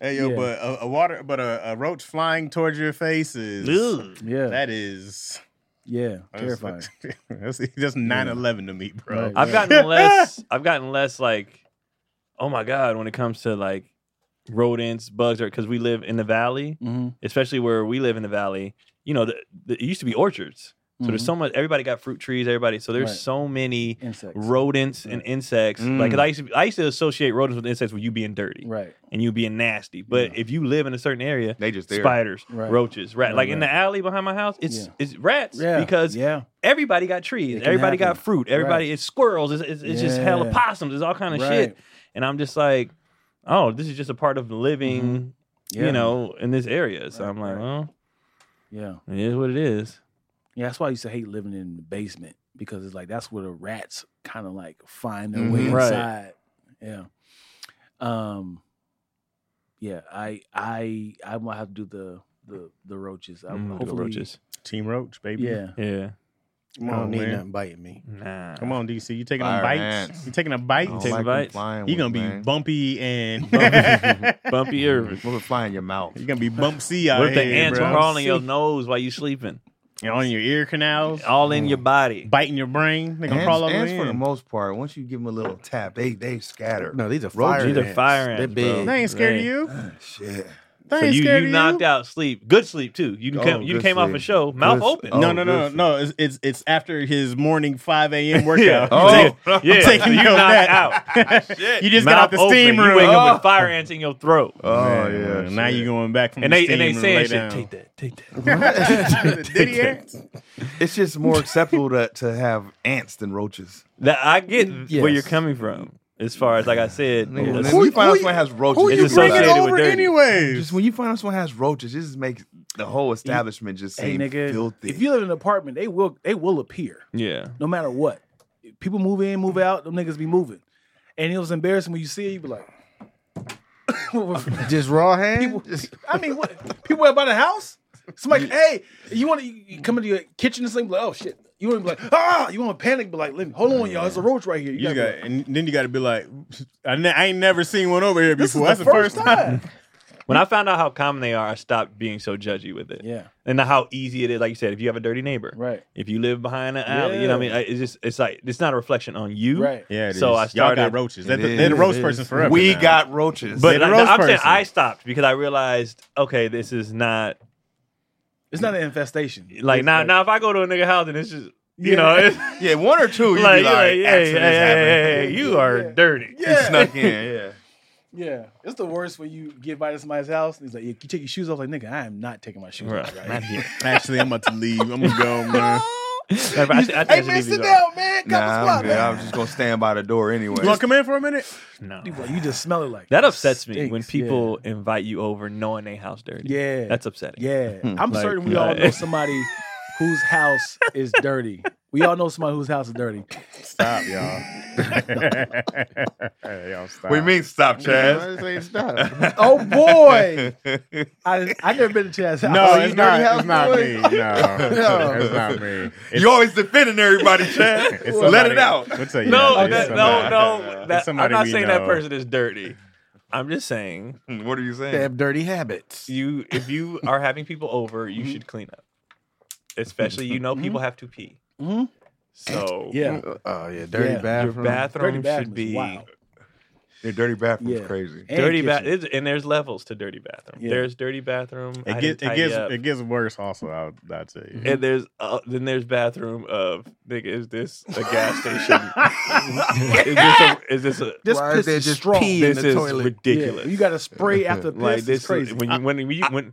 Hey yo, Yeah. but a, a water, but a, a roach flying towards your face is yeah, that is yeah. that's- Terrifying. That's just 9-11 to me, bro. Right. I've gotten less. I've gotten less like, oh my god, when it comes to like rodents, bugs, or because we live in the valley, Mm-hmm. especially where we live in the valley. You know, the, the, it used to be orchards, so mm-hmm. there's so much. Everybody got fruit trees. Everybody, so there's Right. so many insects. rodents and insects. Like 'cause I used to, I used to associate rodents with insects with you being dirty right, and you being nasty. But if you live in a certain area, They just there. spiders, Right. roaches, rat. Right, like in right. the alley behind my house, it's Yeah. it's rats yeah, because yeah, everybody got trees, It can everybody got happen. fruit, everybody it's squirrels, it's, it's, it's just hella Yeah. possums, it's all kind of shit. Right. And I'm just like, oh, this is just a part of living, Yeah. you know, in this area. So I'm like, right. well, yeah, it is what it is. yeah. That's why I used to hate living in the basement because it's like that's where the rats kind of like find their way Mhm. Right. inside. Yeah. Um. Yeah, I I I might have to do the the the roaches. I, Mm, hopefully, roaches. Team Roach, baby. Yeah. Yeah. I don't Oh, need man. nothing biting me. Nah. Come on, DC. You taking Fire them bites? ants. You taking a bite? I don't Take like bites. them flying You're gonna ones, be man. bumpy and Bumpy Irvin. What would fly in your mouth? You're gonna be bumpsy out What if the here, ants bro. were crawling your nose while you sleeping? And on your ear canals, All in your body. biting your brain. They gonna crawl over ants for the in. most part, once you give them a little tap, they they scatter. No, these are fire Roaches. These are ants. fire They're ants, bro. big. They ain't scared of They- you. Shit. They So ain't you, scared you of knocked out sleep. Good sleep too. You Oh, came, you good came off a sleep. show, mouth Good- open. oh. No, no, no, good. no. It's, it's it's after his morning 5 a.m. workout. Oh, Yeah, I'm so taking you your knocked back. out. you just got out the Mouth steam open. room. You wake up with fire ants in your throat. oh Man, yeah. now shit. you going back from and the they steam and they and saying lay shit. down. Take that, take that. The Diddy ants? It's just more acceptable to, to have ants than roaches. That- I get where Yes. you're coming from. As far as like I said, Nigga, it's- when you find out someone has roaches, you it's bringing associated- over Just when you find out someone has roaches, it just makes the whole establishment just Hey, seem nigga, filthy. if you live in an apartment, they will they will appear. yeah, no matter what. If People move in, move out. Them niggas be moving, and it was embarrassing when you see it. You be like, Just raw hand. Just- I mean, what? People out by the house. Somebody, hey, you want to you come into your kitchen and something? Like, oh shit! You want to be like, ah! You want to panic? But like, let me, hold on, y'all. It's a roach right here. You gotta got, be like, and then you got to be like, I, ne- I ain't never seen one over here this before. is That's the first time. when I found out how common they are, I stopped being so judgy with it, yeah, and how easy it is. Like you said, if you have a dirty neighbor, right, if you live behind an alley, you know what I mean. Yeah. I- It's just it's like it's not a reflection on you. right. Yeah, it is. So I Y'all started- got roaches. They're It the, they're the is, roach it person forever. we now. got roaches. But But I, the roast I'm saying person. I stopped because I realized, okay, this is not It's not an infestation. like now. Now, if I go to a nigga house and it's just you know, it's like, yeah, one or two, you like, be like, hey, hey, hey, accidents hey, happen. hey, you are dirty. It snuck in, yeah. Yeah, it's the worst when you get by to somebody's house and he's like, "You take your shoes off." Like, nigga, I am not taking my shoes off. Right. Actually, I'm about to leave. I'm gonna go, man. I, I, think- I think I should leave these off. man. Nah, I'm, good. I'm just gonna stand by the door anyway. You want to come in for a minute? No. You be like, You just smell it like That upsets me when stinks, yeah. people invite you over knowing they house dirty. Yeah, That's upsetting. yeah. I'm Like, certain we all like- know somebody whose house is dirty. We all know somebody whose house is dirty. Stop, y'all. y'all stop. We mean stop, Chaz. Honestly, it's not. Oh boy, I I never been to Chaz's house. No, Oh, you it's not. dirty house It's not boy? me. No, No. it's not me. It's, you always defending everybody, Chaz. it's Let somebody- it out. We'll tell you No, that. It's that, no, somebody- no. it's That, I'm somebody not we saying that know. person is dirty. I'm just saying What are you They saying? have dirty habits. you if you are having people over, you should clean up. Especially you know people have to pee. Mhm. So Yeah, Oh yeah, dirty Yeah. your bathroom bathroom. dirty Mm, should bathroom be be wild. Your dirty bathroom's Yeah. crazy. And dirty kitchen. bathroom, and there's levels to dirty bathroom. Yeah. There's dirty bathroom. It I gets didn't it tidy gets up. it gets worse. Also, I'll, I'll tell you. and there's uh, then there's bathroom of nigga. Is this a gas station? is this a, is this a This Why is piss there is just strong. pee this is Yeah, ridiculous. you got to spray after piss. like it's this is- crazy. when you when you when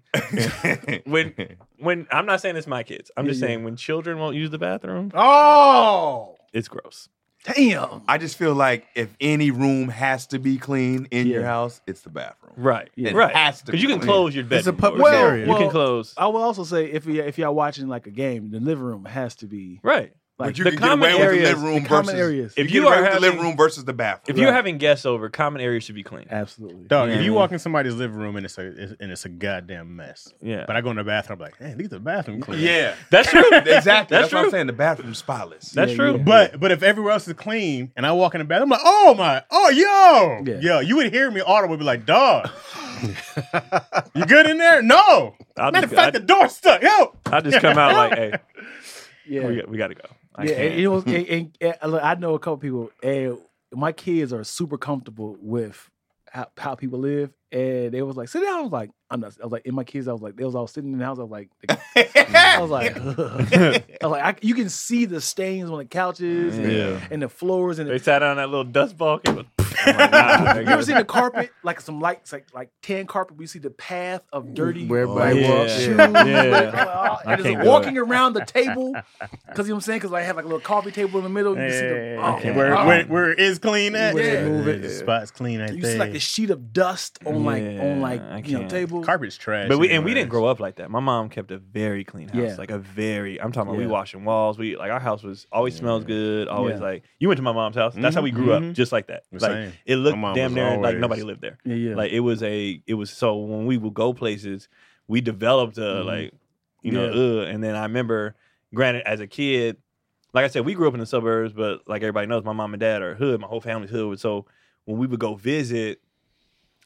when when I'm not saying it's my kids. I'm Yeah, just yeah. saying when children won't use the bathroom, oh it's gross. damn! I just feel like if any room has to be clean in your Yeah. house, it's the bathroom. Right. It Right. has to Because you be can clean. close your bedroom. It's a public doors. Well, area. you can well, uh, close. I will also say if you if y'all watching like a game, the living room has to be Right. like but you the can get common away with the areas- living room the common versus areas. If If you, you get are away with the living having- room versus the bathroom. If you're having guests over, common areas should be clean. Uh, Absolutely. Dog, Yeah. if you walk in somebody's living room and it's a it's, and it's a goddamn mess, Yeah. but I go in the bathroom, I'm like, hey, these are bathroom clean. yeah, That's true. exactly. That's, That's what I'm true. saying. The bathroom's spotless. That's Yeah, true. yeah. But but if everywhere else is clean and I walk in the bathroom, I'm like, oh my, oh yo, Yeah. yo, you would hear me audible, be like, dog, you good in there? No, I'll matter of just, fact, the door stuck. Yo, I, I just come out like, hey, Yeah. we, got- we got to go. I yeah, and, can't. it was, and, and- and, look, I know a couple people, and my kids are super comfortable with how, how people live. And they was like, sit down. I was like, I'm not. I was like, in my kids, I was like, they was all sitting in the house. I was like, I was like, I was like, I, you can see the stains on the couches, and, Yeah. and the floors, and They the, sat down on that little dust ball. and it was- I'm like, nah, you ever nigga. seen the carpet, like some lights, like like tan carpet. We see the path of dirty Where like, everybody yeah. walks. Yeah. Yeah. Like, oh, I and can't it's do walking around the table because you know what I'm saying. Because I have like a little coffee table in the middle. You can see Hey, the, oh, okay. where, oh. where where it is clean at? Where they move it. the spot's clean right you there. see like a sheet of dust on like on Yeah, like I you know can't. table. Carpet's trash. But we and we didn't grow up like that. My mom kept a very clean house, Yeah. like a very. I'm talking about Yeah. we washing walls. We like our house was always smells good. Always Yeah. like you went to my mom's house. That's how we grew Mhm. up, just like that. The like same. it looked mom damn was near like always- nobody lived there. Yeah, yeah. Like it was a it was so when we would go places, we developed a Mm-hmm. like you know uh, and then I remember, granted, as a kid, like I said, we grew up in the suburbs, but like everybody knows, my mom and dad are hood. My whole family's hood. So when we would go visit,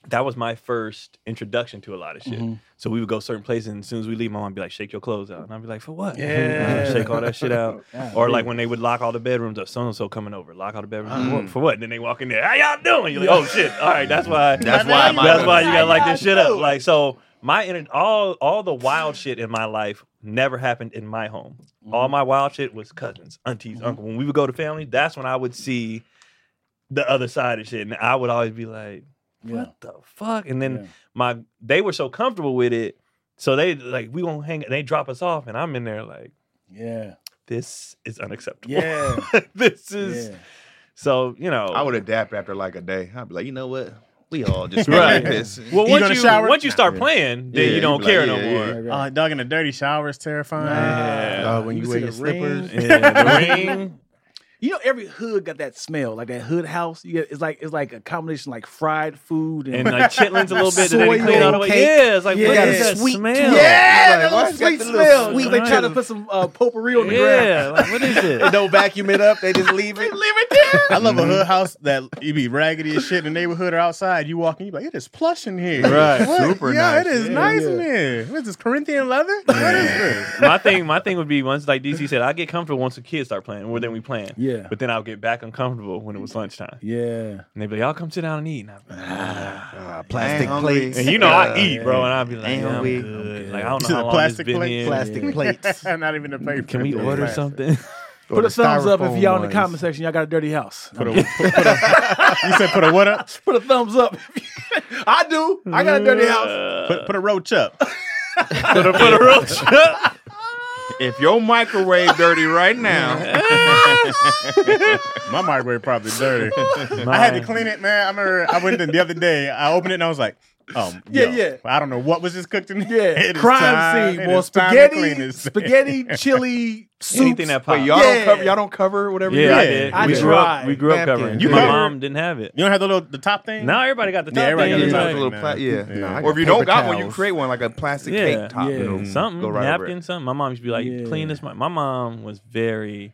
that was my first introduction to a lot of shit. Mhm. So we would go certain places, and as soon as we leave, my mom would be like, "Shake your clothes out," and I'd be like, "For what?" Yeah. shake all that shit out. God, Or yeah. like when they would lock all the bedrooms up, so and so coming over, lock all the Mm. bedrooms up. for what? Then they walk in there, how y'all doing? You're like, oh shit, all right, that's why. That's why my- That's why you gotta like this shit up. Like so, my inter- all all the wild shit in my life never happened in my home. All Mm-hmm. my wild shit was cousins, aunties, uncle. When we would go to family, that's when I would see the other side of shit, and I would always be like, Yeah. what the fuck? And then Yeah. my they were so comfortable with it, so they like we won't hang. They drop us off, and I'm in there like yeah, this is unacceptable. yeah, this is yeah. so you know. I would adapt after like a day. I'd be like, you know what? We all just Right. right. this. well, You once gonna you shower? once you start playing, then Yeah, you you don't be like, care yeah, no more. yeah. Uh, dog in the dirty shower is terrifying. Uh, when you, can wear see your the ring. slippers. Yeah, the ring. You know, every hood got that smell, like that hood house. You get, it's like it's like a combination like fried food and, And like chitlins a little bit, and then they Soy clean all the way. cake. Yeah, it's like Yeah. what Got is a that sweet smell? tooth. Yeah, that like, little why sweet it's got the little smell. sweet They try to tooth? put some uh, potpourri on the ground. yeah. Like, what is They it? don't vacuum it up. They just leave it. I love a hood house that you be raggedy as shit in the neighborhood or outside. You walk in, you be like, it is plush in here. Right. What? Super yeah, nice. it is Yeah, nice yeah. in here. What is this, Corinthian leather? What is this? my thing, my thing would be once like DC said, I get comfortable once the kids start playing, or then we playing. Yeah. But then I'll get back uncomfortable when it was lunchtime, Yeah, and they'd be like, "Y'all come sit down and eat." And, I'd be like, Uh, plastic Dang, hungry. plates. and you know I eat, bro, and I'd be like, Ain't yeah, I'm we- good. Like I don't You know see how the long this plastic been plate? here. Plastic plates. Not even a paper. Can we It's order plastic. something? put a thumbs up if Styrofoam y'all in the ones. comment section. Y'all got a dirty house. Put a, put, put a, you said put a what up? Put a thumbs up. I do. I got a dirty Uh, house. Put, put a roach up. Put a, put a roach up. If your microwave dirty right now, My microwave probably dirty. I had to clean it, man. I remember I went in the other day. I opened it and I was like, Um, Yeah, yo, yeah. I don't know what was just cooked in there. Yeah, It is time- crime scene. it Well, is time to clean spaghetti, this thing. spaghetti, chili, soups. Anything that pops. Wait, y'all Yeah. don't cover y'all don't cover whatever yeah, I Yeah. did. I we did. grew up. tried. We grew up Napkin. covering. it. You My covered- mom didn't have it. You don't have the little the top thing. Now everybody got the top Yeah, everybody thing. got It's the Yeah, top like- little now. pla- yeah. Yeah. Nah, I got or if you don't paper got one, you towels. create one like a plastic Yeah, cake top. yeah. It'll something go right over napkin it. something my mom used to be like clean this my, my mom was very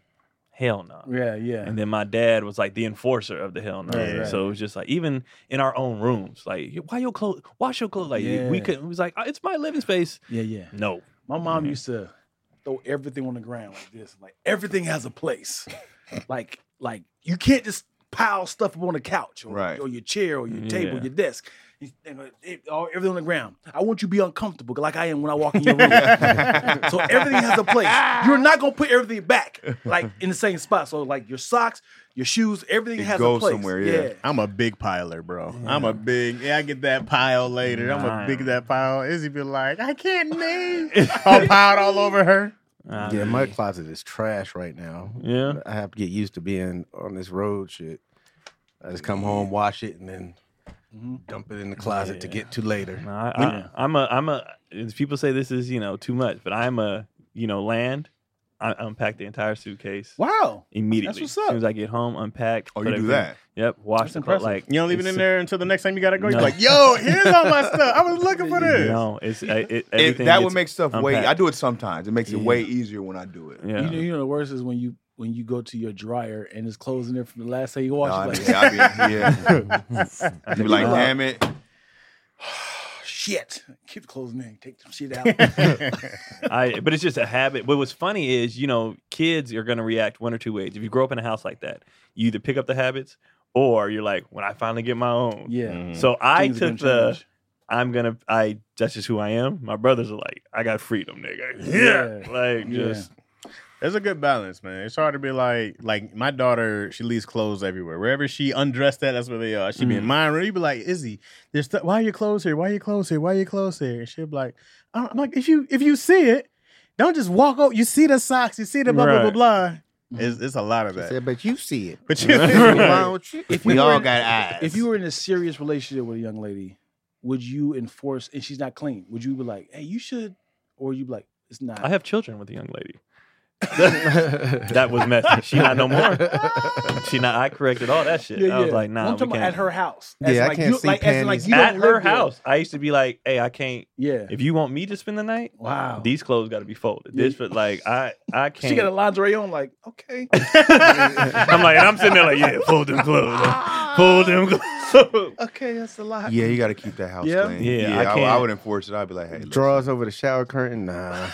hell no Yeah, yeah. and then my dad was like the enforcer of the hell no Right, right. so it was just like even in our own rooms like why your clothes wash your clothes like we Yeah. could it was like "Oh, it's my living space yeah, yeah. no My mom Mm-hmm. used to throw everything on the ground like this. Like everything has a place. like like you can't just pile stuff up on the couch or, Right. or your chair or your table, Yeah. your desk. You- it- all- everything on the ground. I want you to be uncomfortable like I am when I walk in your room. so everything has a place. You're not gonna put everything back like in the same spot. So like your socks, your shoes, everything It has a goes place. somewhere, yeah. I'm a big piler, bro. I'm a big. Yeah, I get that pile later. I'm a big that pile. Izzy be like, I can't name. I'm piled all over her. Uh, Yeah, my closet is trash right now. yeah I have to get used to being on this road shit. I just come home, wash it, and then dump it in the closet to get to later. No, I, I, I'm a, I'm a. it's- People say this is, you know, too much, but I'm a, you know, land. I unpack the entire suitcase Wow. immediately. what's As soon as I get home, unpack. Oh, put you do everything- that. Yep. Wash the clothes. impressive. Like You don't leave it it's- in there until the next time you gotta go. You're No. like, Yo, here's all my stuff. I was looking for this. No, it's I- it, It, everything that would gets- make stuff way. unpacked. I do it sometimes. It makes it Yeah. way easier when I do it. Yeah. You, know, you know the worst is when you when you go to your dryer and it's closing there from the last day you No, I washed. be, it. like, I be, yeah. You be like, damn it. shit. Keep closing in. Take some shit out. I, but it's just a habit. But what's funny is, you know, kids are going to react one or two ways. If you grow up in a house like that, you either pick up the habits or you're like, when I finally get my own. yeah. So I Things are took gonna the, change. I'm gonna, I, that's just who I am. My brothers are like, I got freedom, nigga. Yeah. Yeah. Like, Yeah. just, It's a good balance, man. It's hard to be like, like my daughter. She leaves clothes everywhere. Wherever she undressed at, that's where they are. She be Mm-hmm. in my room. You be like, Izzy, there's th- why are your clothes here? Why are your clothes here? Why are your clothes here? And she'll be like, I don't- I'm like, if you if you see it, don't just walk over. You see the socks. You see the blah blah blah Right. blah. Mm-hmm. It's, it's a lot of I that. said, but you see it. But you, Why Right. don't you? If We you were all in- got eyes. If you were in a serious relationship with a young lady, would you enforce and she's not clean? Would you be like, hey, you should, or you be like, it's not. I have children with a young lady. that was messy. She not no more. She not. I corrected all that shit. I was like, No, nah, I'm we talking can't. about at her house. Yeah, I like can't you, see like, as in, like, panties. you at don't her live there. house. I used to be like, hey, I can't. Yeah. If you want me to spend the night, Wow. these clothes got to be folded. This, but like, I, I can't. Oh. She got a lingerie on, like, okay. I'm like, and I'm sitting there like, yeah, fold them clothes, Ah. fold them clothes. okay, that's a lot. Yeah, you got to keep that house Yeah. clean. Yeah, I I, I can't- would enforce it. I'd be like, hey, look, Draws over the shower curtain. Nah.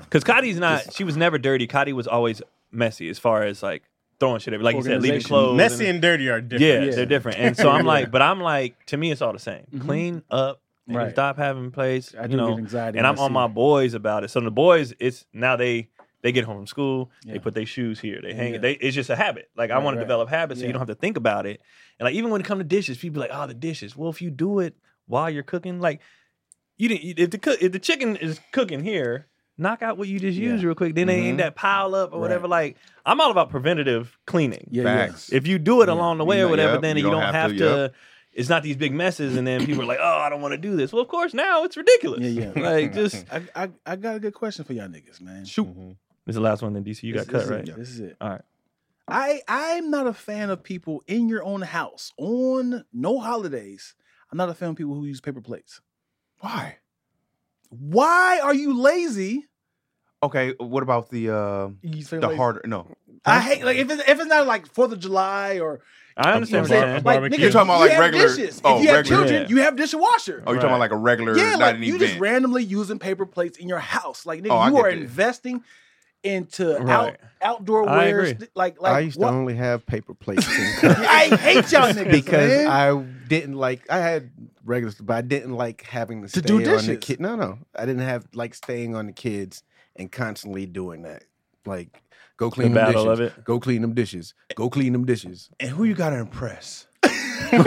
Because Cotty's not. She was never dirty. Cotty was always messy as far as like throwing shit. everywhere. Like you said, leaving Organization. clothes. messy and- and dirty are different. yeah, Yeah. Mm-hmm. they're different. And so I'm like, but I'm like, to me, it's all the same. Clean up. and Right. Stop having plays. I you do know, get anxiety and when I'm I on see my it. boys about it. So the boys, it's now they they get home from school, Yeah. they put their shoes here, they hang Yeah. it. They, it's just a habit. Like I Right, want right. to develop habits so Yeah. you don't have to think about it. And like even when it comes to dishes, people be like, oh, the dishes. Well, if you do it while you're cooking, like you didn't. you- If the cook, if the chicken is cooking here. Knock out what you just Yeah. Mm-hmm. used real quick. Then they ain't that pile up or whatever. Like I'm all about preventative cleaning. Yeah, facts. If you do it along the way You or know, whatever, yep, then you don't, have, to. It's not these big messes, and then people are like, "Oh, I don't want to do this." Well, of course, now it's ridiculous. Yeah, Mm-hmm. yeah. like just yeah. I, I, I got a good question for y'all niggas, man. shoot. This is the last one in DC. You got this, cut, this right? Is it, this is it. All right. I I'm not a fan of people in your own house on no holidays. I'm not a fan of people who use paper plates. Why? Why are you lazy? Okay, what about the uh, You use paper the plates? harder? No, I hate like if it's if it's not like Fourth of July or I you know understand. what you're what I'm saying. saying? Like, Barbecue. nigga, You're talking about, like, you have regular- dishes. oh, if you have regular. children, Yeah. you have dishwasher. Oh, you're talking about like a regular, yeah, not like an you event. just randomly using paper plates in your house. Like nigga, Oh, I you get are that. investing into out, Right. outdoor I wares. agree. th- Like like I used what- to only have paper plates. and I hate y'all niggas because man. I didn't like I had regulars, but I didn't like having to, To stay do on the dishes. kid. No, no, I didn't have like staying on the kids and constantly doing that. Like go clean them battle dishes. of it. Go clean them dishes. Go clean them dishes. and who you got to impress? As a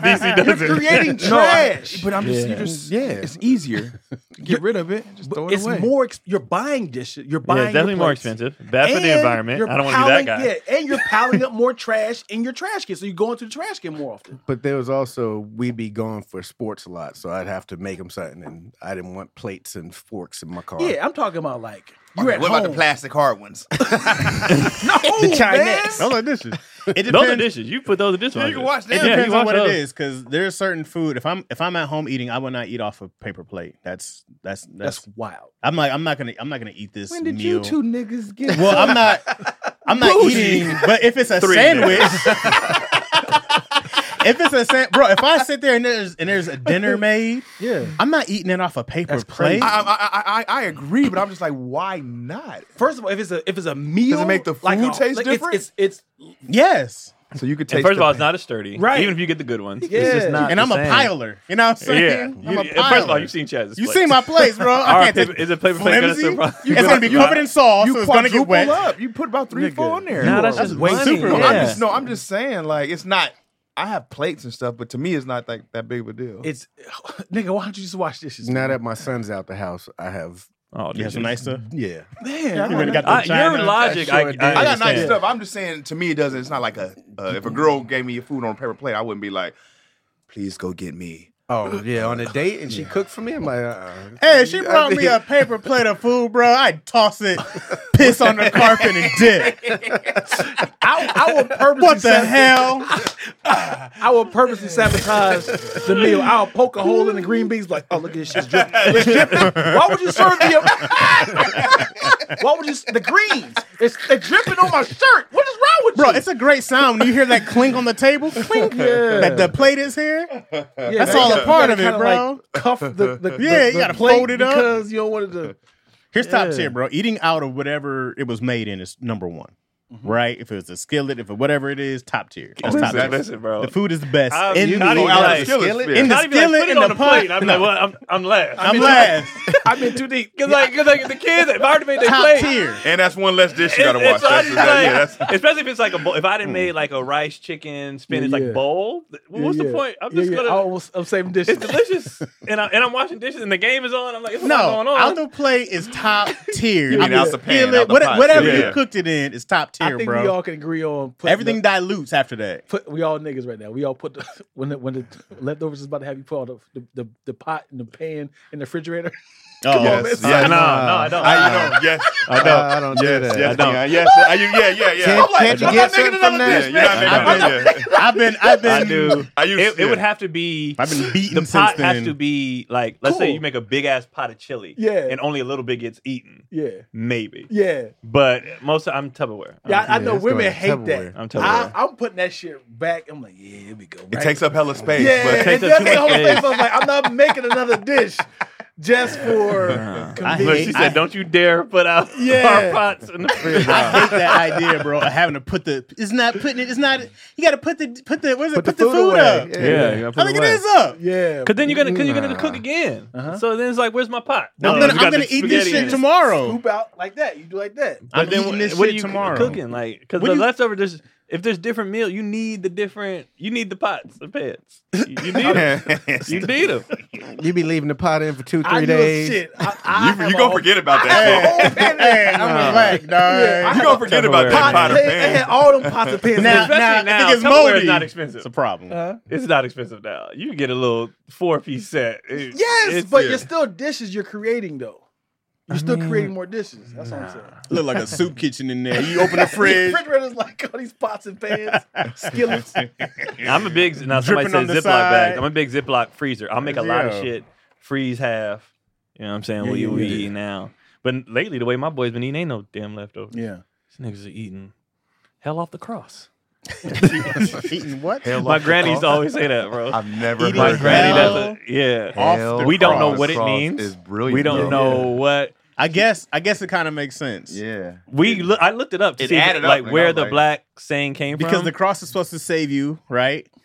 VC does You're it. creating No, I- trash. but I'm just, Yeah. you just, Yeah. it's easier. Get rid of it. Just But throw it it's away. more. Ex- you're buying dishes. You're Yeah, buying. it's definitely your more plates. expensive. Bad for the And environment. you're I don't want to be that piling- guy. Yeah, and you're piling up more trash in your trash can, so you go into the trash can more often. But there was also we'd be going for sports a lot, so I'd have to make them something, and I didn't want plates and forks in my car. Yeah, I'm talking about like Okay, you're at what home. about the plastic hard ones? no, the Chinex. I was like, this is. It Those are depends. dishes. You put those in this You one. can wash them. It Yeah, you depends on wash what those. it is, because there's certain food. If I'm if I'm at home eating, I will not eat off a paper plate. That's that's that's. That's wild. I'm like I'm not gonna I'm not gonna eat this. When did meal. you two niggas get? Well, I'm not. I'm not eating. But if it's a Three sandwich, if it's a sa- bro, if I sit there and there's and there's a dinner made, yeah. I'm not eating it off a paper That's plate. crazy. I, I, I, I- I agree, but I'm just like, why not? First of all, if it's a if it's a meal, make the like food a- taste like, it's- different? It's, it's, yes, So you could And taste. first of the- all, it's not as sturdy. Right. Even if you get the good ones. It's Yeah. just not and the I'm a same. piler. You know what I'm Yeah. saying? You- I'm a and piler. First of all, you've seen Chaz's You plate. seen my plates, bro. All I right, can't take is a paper plate gonna flimsy? surprise you? It's gonna be covered in sauce, so you it's gonna get quadruple wet. up. You put about three, four in there. Nah, You that's are- just wasting. super- No, Yeah. I'm just, no, I'm just saying, like, it's not. I have plates and stuff, but to me, it's not like that big of a deal. it's nigga. Why don't you just wash dishes? Now that my son's out the house, I have Oh, You have dude. some nice stuff. yeah. man, You went and got I- the China. Your logic, I, I, sure did. I got nice understand. stuff. I'm just saying, to me, it doesn't. It's not like a. Uh, if a girl gave me food on a paper plate, I wouldn't be like, "Please go get me." Oh yeah, on a date and she cooked for me. I'm like, uh-uh. Hey, she brought me a paper plate of food, bro. I'd toss it, piss on the carpet, and dip. I, I will purposely What the sab- hell? I will purposely sabotage the meal. I'll poke a hole in the green beans. Like, oh look at this shit's dripping. It's dripping. Why would you serve me? A- Why would you s- the greens? It's they're dripping on my shirt. What is wrong with Bro, you? it's a great sound when you hear that clink on the table. Clink. That the plate is here. Yeah, That's you all gotta- a part you of gotta it, kinda, bro. like, cuff the, the Yeah, the- you the gotta plate fold it up. because you don't want it to. Here's top tier, bro. Eating out of whatever it was made in is number one. Mm-hmm. Right? If it was a skillet, if it whatever it is, top tier. That's top tier. Listen, listen, bro. Um, The food is the best. I'm in not the, even out of like- the skillet. skillet? In the Not even like, skillet, put in it on the the plate. pot. I'm like, well, I'm, I'm last. I'm last. I'm in too deep. Because like, cause like the kids, if I already made their Top plate, tier. And that's one less dish you gotta it's- wash. it's already, That's- that- yeah, that's- like- especially if it's like a bowl. If I Hmm. didn't made like a rice, chicken, spinach, yeah. like bowl, th- what's the point? I'm just gonna. I'm saving dishes. It's delicious, and, I, and I'm washing dishes, and the game is on. I'm like, it's No, not going on. out the plate is top tier. mean I mean, out the pan, skillet, out the what- pot. whatever Yeah. you cooked it in is top I tier, think bro. we all can agree on putting Everything The, dilutes after that. put, we all niggas right now. We all put the, when the, when the leftovers is about to have you put all the the, the, the pot and the pan in the refrigerator. Oh, Yes, it's- no, yes. no, I don't. I, you know, yes, I Uh, don't. I don't do that. I don't. yes, I- you- yeah, yeah, yeah. Can't, can't you I'm get not something making from another that? dish. Yeah, you're not making another dish. I've been, I've been, I do. I used- it, it would yeah. have to be. I've been beaten the since pot then. has to be like, let's say Cool. you make a big ass pot of chili, Yeah. and only a little bit gets eaten, Yeah, maybe. yeah, But most of I'm Tupperware. Um, yeah. I, I Yeah, know let's go women with hate that. Tupperware. I'm I, Tupperware. I'm putting that shit back. I'm like, yeah, here we go. It right? takes up hella space. Yeah, but it takes up does too take much up space. space. I was like, I'm not making another dish just for I Look, hate, she I- said, "Don't you dare put out Yeah. our pots in the fridge." I hate that idea, bro. of Having to put the, it's not putting it, it's not. You got to put the, put the, where's it? Put, the, food, up. yeah, you gotta I put think it it away. is up. yeah. Cause then you're gonna, cause you're gonna cook again. So then it's like, where's my pot? Uh-huh. I'm gonna, No, we I'm Oh, got gonna the eat this spaghetti in shit it. tomorrow. Poop out like that. You do like that. I'm But then eating this what are shit you tomorrow. Cooking like because What the do you- leftover just if there's different meal, you need the different. You need the pots, the pans. You, you need them. You need them. You be leaving the pot in for two, three I knew days. Shit. I, I have you, a you gonna whole- forget about I that. have a whole pan Hey, there. I'm like, Yeah, dog. You gonna forget about that Tupperware. pot They, of they had pan. all them pots of pans. Now, Especially now, now, if it gets Tupperware is moldy, not expensive. It's a problem. Uh-huh. It's not expensive now. You can get a little four piece set. It- yes, it's- but yeah. you're still dishes you're creating though. You're still creating more dishes. That's what I'm saying. Look like a soup kitchen in there. You open the fridge. Refrigerator's like all these pots and pans, skillets. I'm a big now. Somebody Dripping on said the Ziploc side. bag. I'm a big Ziploc freezer. I'll make a lot Yeah. of shit. Freeze half. You know what I'm saying? Yeah, what yeah, you yeah. eat now? But lately, the way my boys been eating, ain't no damn leftovers. Yeah. These niggas are eating hell off the cross. Eating what? Hell My off the granny used to cross. always say that, bro. I've never Eating My heard granny that. hell does it. Yeah. Off the we don't know cross. what it Cross means. Is brilliant. we don't bro. know what I guess. I guess it kind of makes sense. Yeah. we. Look, I looked it up to It see if- added up, like and I where was the like- black saying came Because from. the cross is supposed to save you, right? Satan?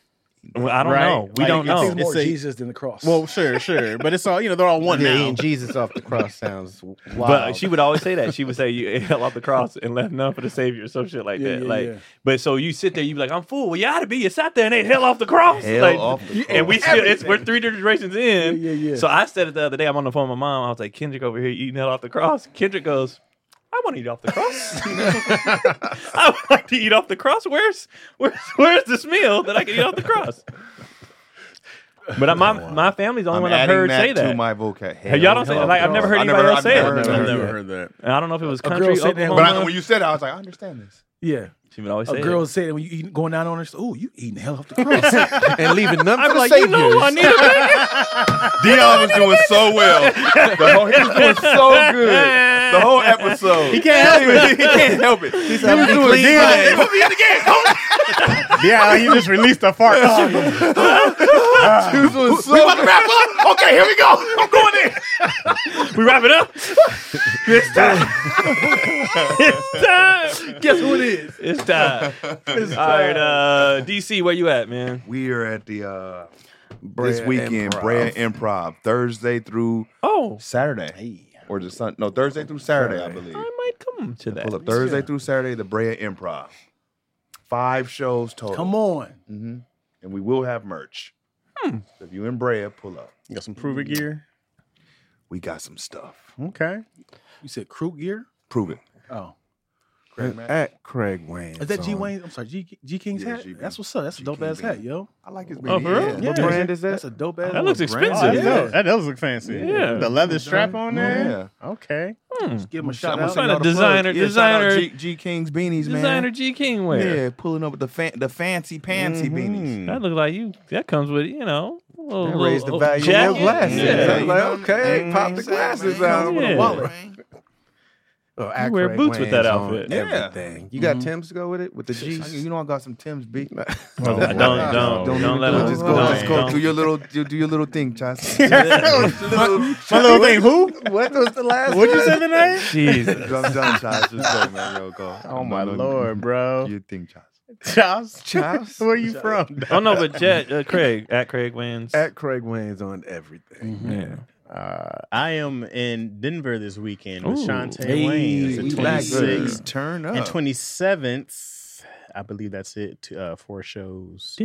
Well, I don't Right. know. We Like, don't it's- know. it's- more a- Jesus than the cross. Well, sure, sure, but it's all you know. They're all one yeah, now. eating Jesus off the cross sounds wild. But she would always say that. She would say, You ate hell off the cross and left none for the Savior, some shit like Yeah, that. yeah, like, yeah. but so you sit there, you be like, I'm full. Well, you ought to be. You sat there and ate hell off the cross. Hell Like, off the And we cross. still, it's, we're three generations in. Yeah, yeah, yeah. So I said it the other day. I'm on the phone with my mom. I was like, Kendrick over here eating hell off the cross. Kendrick goes, I want to eat off the cross. I want to eat off the cross. Where's where's where's this meal that I can eat off the cross? But my my family's the only I'm one I've adding heard that say to that. my vocab. Hey, y'all don't say Hell like I've off never the heard cross. I anybody else say it. I've never I've heard never that. heard that. And I don't know if it was girl country, said that Oklahoma. But I, when you said that, I was like, I understand this. yeah. she would always A say girl it. said that when you eating, going down on her, oh, you eating hell off the cross. and leaving none for I'm the like, you saviors. know, I need Dion was doing so well. The whole, he was doing so good. The whole episode. He can't help it. He can't help it. He said, was "I'm doing clean good. today." Put me in the Yeah, he just released a fart. Oh, game. He was doing so good. to wrap up? Okay, here we go. I'm going in. we wrap it up. it's time. it's time. Guess who it is? It's time. All right, uh, DC, where you at, man? We are at the uh, this weekend Brea Improv Thursday through Oh, Saturday or the Sun? No, Thursday through Saturday, I believe. I might come to Pull that. up Thursday through Saturday, the Brea Improv. Five shows total. Come on. hmm And we will have merch. So if you in Brea, pull up. you got some prove it gear. We got some stuff. Okay, You said crew gear? Prove it. Oh. At Craig Wayne. Is that G Wayne? I'm sorry, G, G King's Yeah, hat? G King. That's what's up. That's a dope ass King, hat, yo. I like his Oh, for real? Yeah. What Yeah. brand is that? That's a dope ass That looks oh, expensive. that, does, that does look fancy. Yeah. the leather strap on there. Yeah. Okay, Give him a I'm shout gonna out. Shout send out y'all the designer- plug. Yeah, shout out designer- G, G King's beanies, man. Designer G King wear. Yeah, pulling up with the fan, the fancy pantsy beanies. That looks like you. That comes with you know. a little- That raised the little value jacket. of your glasses. Yeah. I was like, okay, pop the glasses out with Yeah. a wallet. Oh, You at wear Craig boots with that Wayne's on outfit. Yeah. Everything. You got Tim's to go with it with the Jeez. G's. Mm-hmm. You know I got some Tim's beat. Don't, don't, don't, Don't, don't even let do it. him. Just go, don't, just go. don't. Do your little, do, do your little thing, Chas. little, my little thing. Who? what was the last What'd you one? say the name? Jesus. I'm done, Chas. Just go, man. Yo, go. Oh my Little- lord, Do bro. your thing, Chas. Chops, Chops? where you from? Oh no, but Jet uh, Craig at Craig wins. At Craig Wayne's on everything. yeah. Uh, I am in Denver this weekend with Ooh. Shantae Hey, Wayne. It's we the back, Good. 26th Turn up. and 27th. I believe that's it. t- Uh, four shows.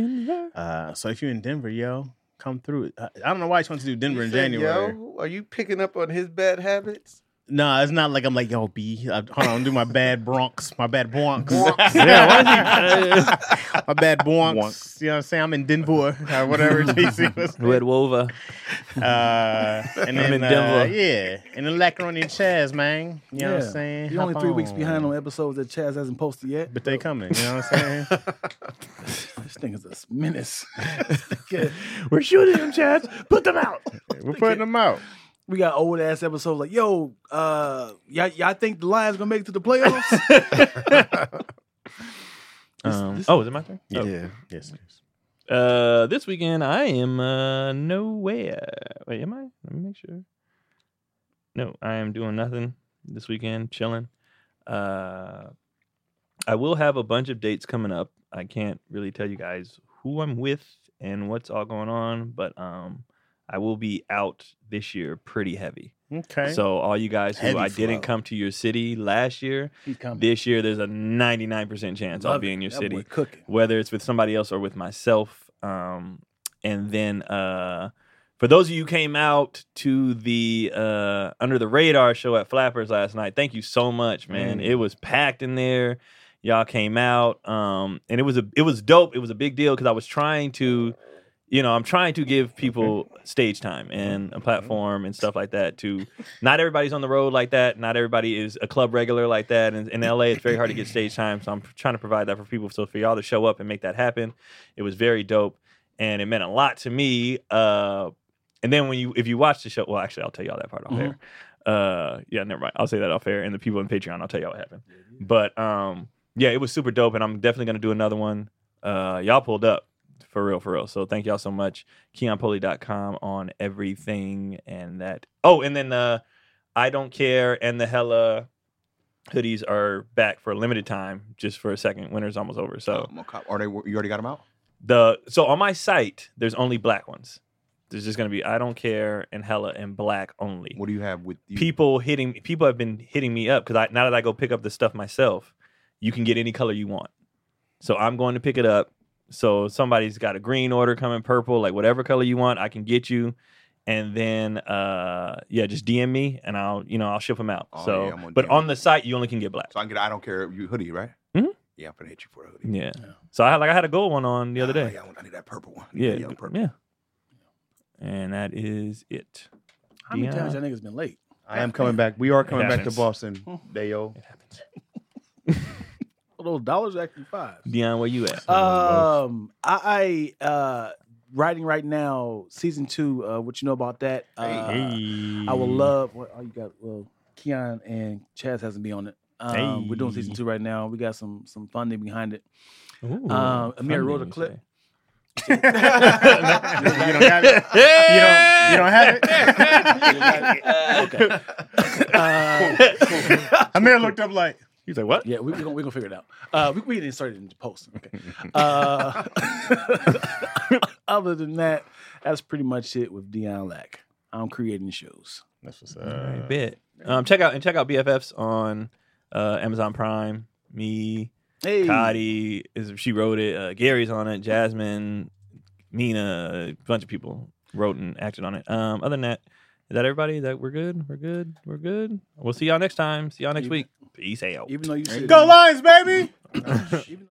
Uh, so if you're in Denver, yo, come through. I, I don't know why I just want to do Denver in January. Yo, are you picking up on his bad habits? No, it's not like I'm like, yo, B. I, hold on, do my bad Bronx, my bad Bronx. Yeah, why is he- my bad Bronx. Wonks. You know what I'm saying? I'm in Denver or whatever JC was. Red Wova. Uh, and I'm then, in Denver. uh, yeah, and then Lacaroni and Chaz, man. You know what I'm saying? You're only Hop three weeks on. behind on episodes that Chaz hasn't posted yet. But they coming, you know what I'm saying? This thing is a menace. We're shooting him, Chad. Put them out. We're putting them out. we got old ass episodes like, yo, uh, y'all, y'all think the Lions gonna make it to the playoffs? Um, oh, is it my turn? Oh. Yeah. Yes, yes. Uh, this weekend I am uh, nowhere. Wait, am I? Let me make sure. No, I am doing nothing this weekend. Chilling. Uh, I will have a bunch of dates coming up. I can't really tell you guys who I'm with and what's all going on, but um, I will be out this year pretty heavy. Okay. So all you guys who Heavy I didn't flow. come to your city last year, He's coming. this year there's a 99% chance I'll Love be it. in your That city boy cooking. whether it's with somebody else or with myself. Um, and then uh, for those of you who came out to the uh, Under the Radar show at Flappers last night, thank you so much, man. Mm. It was packed in there. Y'all came out, um, and it was a it was dope. It was a big deal because I was trying to, you know, I'm trying to give people stage time and a platform and stuff like that. To not everybody's on the road like that. Not everybody is a club regular like that. And in LA, it's very hard to get stage time. So I'm trying to provide that for people. So for y'all to show up and make that happen, it was very dope, and it meant a lot to me. Uh, and then when you, if you watch the show, well, actually, I'll tell y'all that part off air. Uh, yeah, never mind. I'll say that off air, and the people on Patreon, I'll tell y'all what happened. But um, yeah, it was super dope, and I'm definitely gonna do another one. Uh, y'all pulled up. For real, for real. So thank y'all so much. KeonPoli.com on everything and that. Oh, and then uh, I don't care and the hella hoodies are back for a limited time, just for a second. Winter's almost over, so Oh, my God. Are they? You already got them out? The so on my site, there's only black ones. There's just gonna be I don't care and hella and black only. What do you have with you? People hitting people have been hitting me up because I now that I go pick up the stuff myself, you can get any color you want. So I'm going to pick it up. So somebody's got a green order coming, purple, like whatever color you want, I can get you. And then uh yeah, just DM me and I'll you know I'll ship them out. Oh, so yeah, I'm gonna but DM you. on the site you only can get black. So I can get. I don't care. You hoodie, right? Mhm. Yeah, I'm gonna hit you for a hoodie. Yeah. So I had like I had a gold one on the other Ah, day. yeah, I want- I need that purple one. I need yeah. that Yeah, yellow purple. yeah. And that is it. How many Yeah. times y'all niggas been late? I am coming back. We are coming back to happens. Boston, Dayo. Well, those dollars are actually five. Dion, where you at? Um, I, I uh writing right now season two. Uh, what you know about that? Uh, I would love. What, oh, you got well, Keon and Chaz hasn't been on it. Um, We're doing season two right now. We got some some funding behind it. Ooh, um, funding, Amir wrote a you clip. say. you don't have it. You don't. You don't have it. okay. Uh, Amir looked up like He's like, what? yeah, we, we're gonna we're gonna figure it out. Uh, we we can insert it in the post. Okay. Uh, other than that, that's pretty much it with Dion Lack. I'm creating shows. that's what's I up. bet. Um, check out and check out BFFs on uh, Amazon Prime. Me, Hey, Cody is she wrote it. Uh, Gary's on it. Jasmine, Nina, a bunch of people wrote and acted on it. Um, other than that, is that everybody? That we're good. We're good. We're good. We'll see y'all next time. See y'all next Even- week. Peace out. even though you said Go Lions, baby.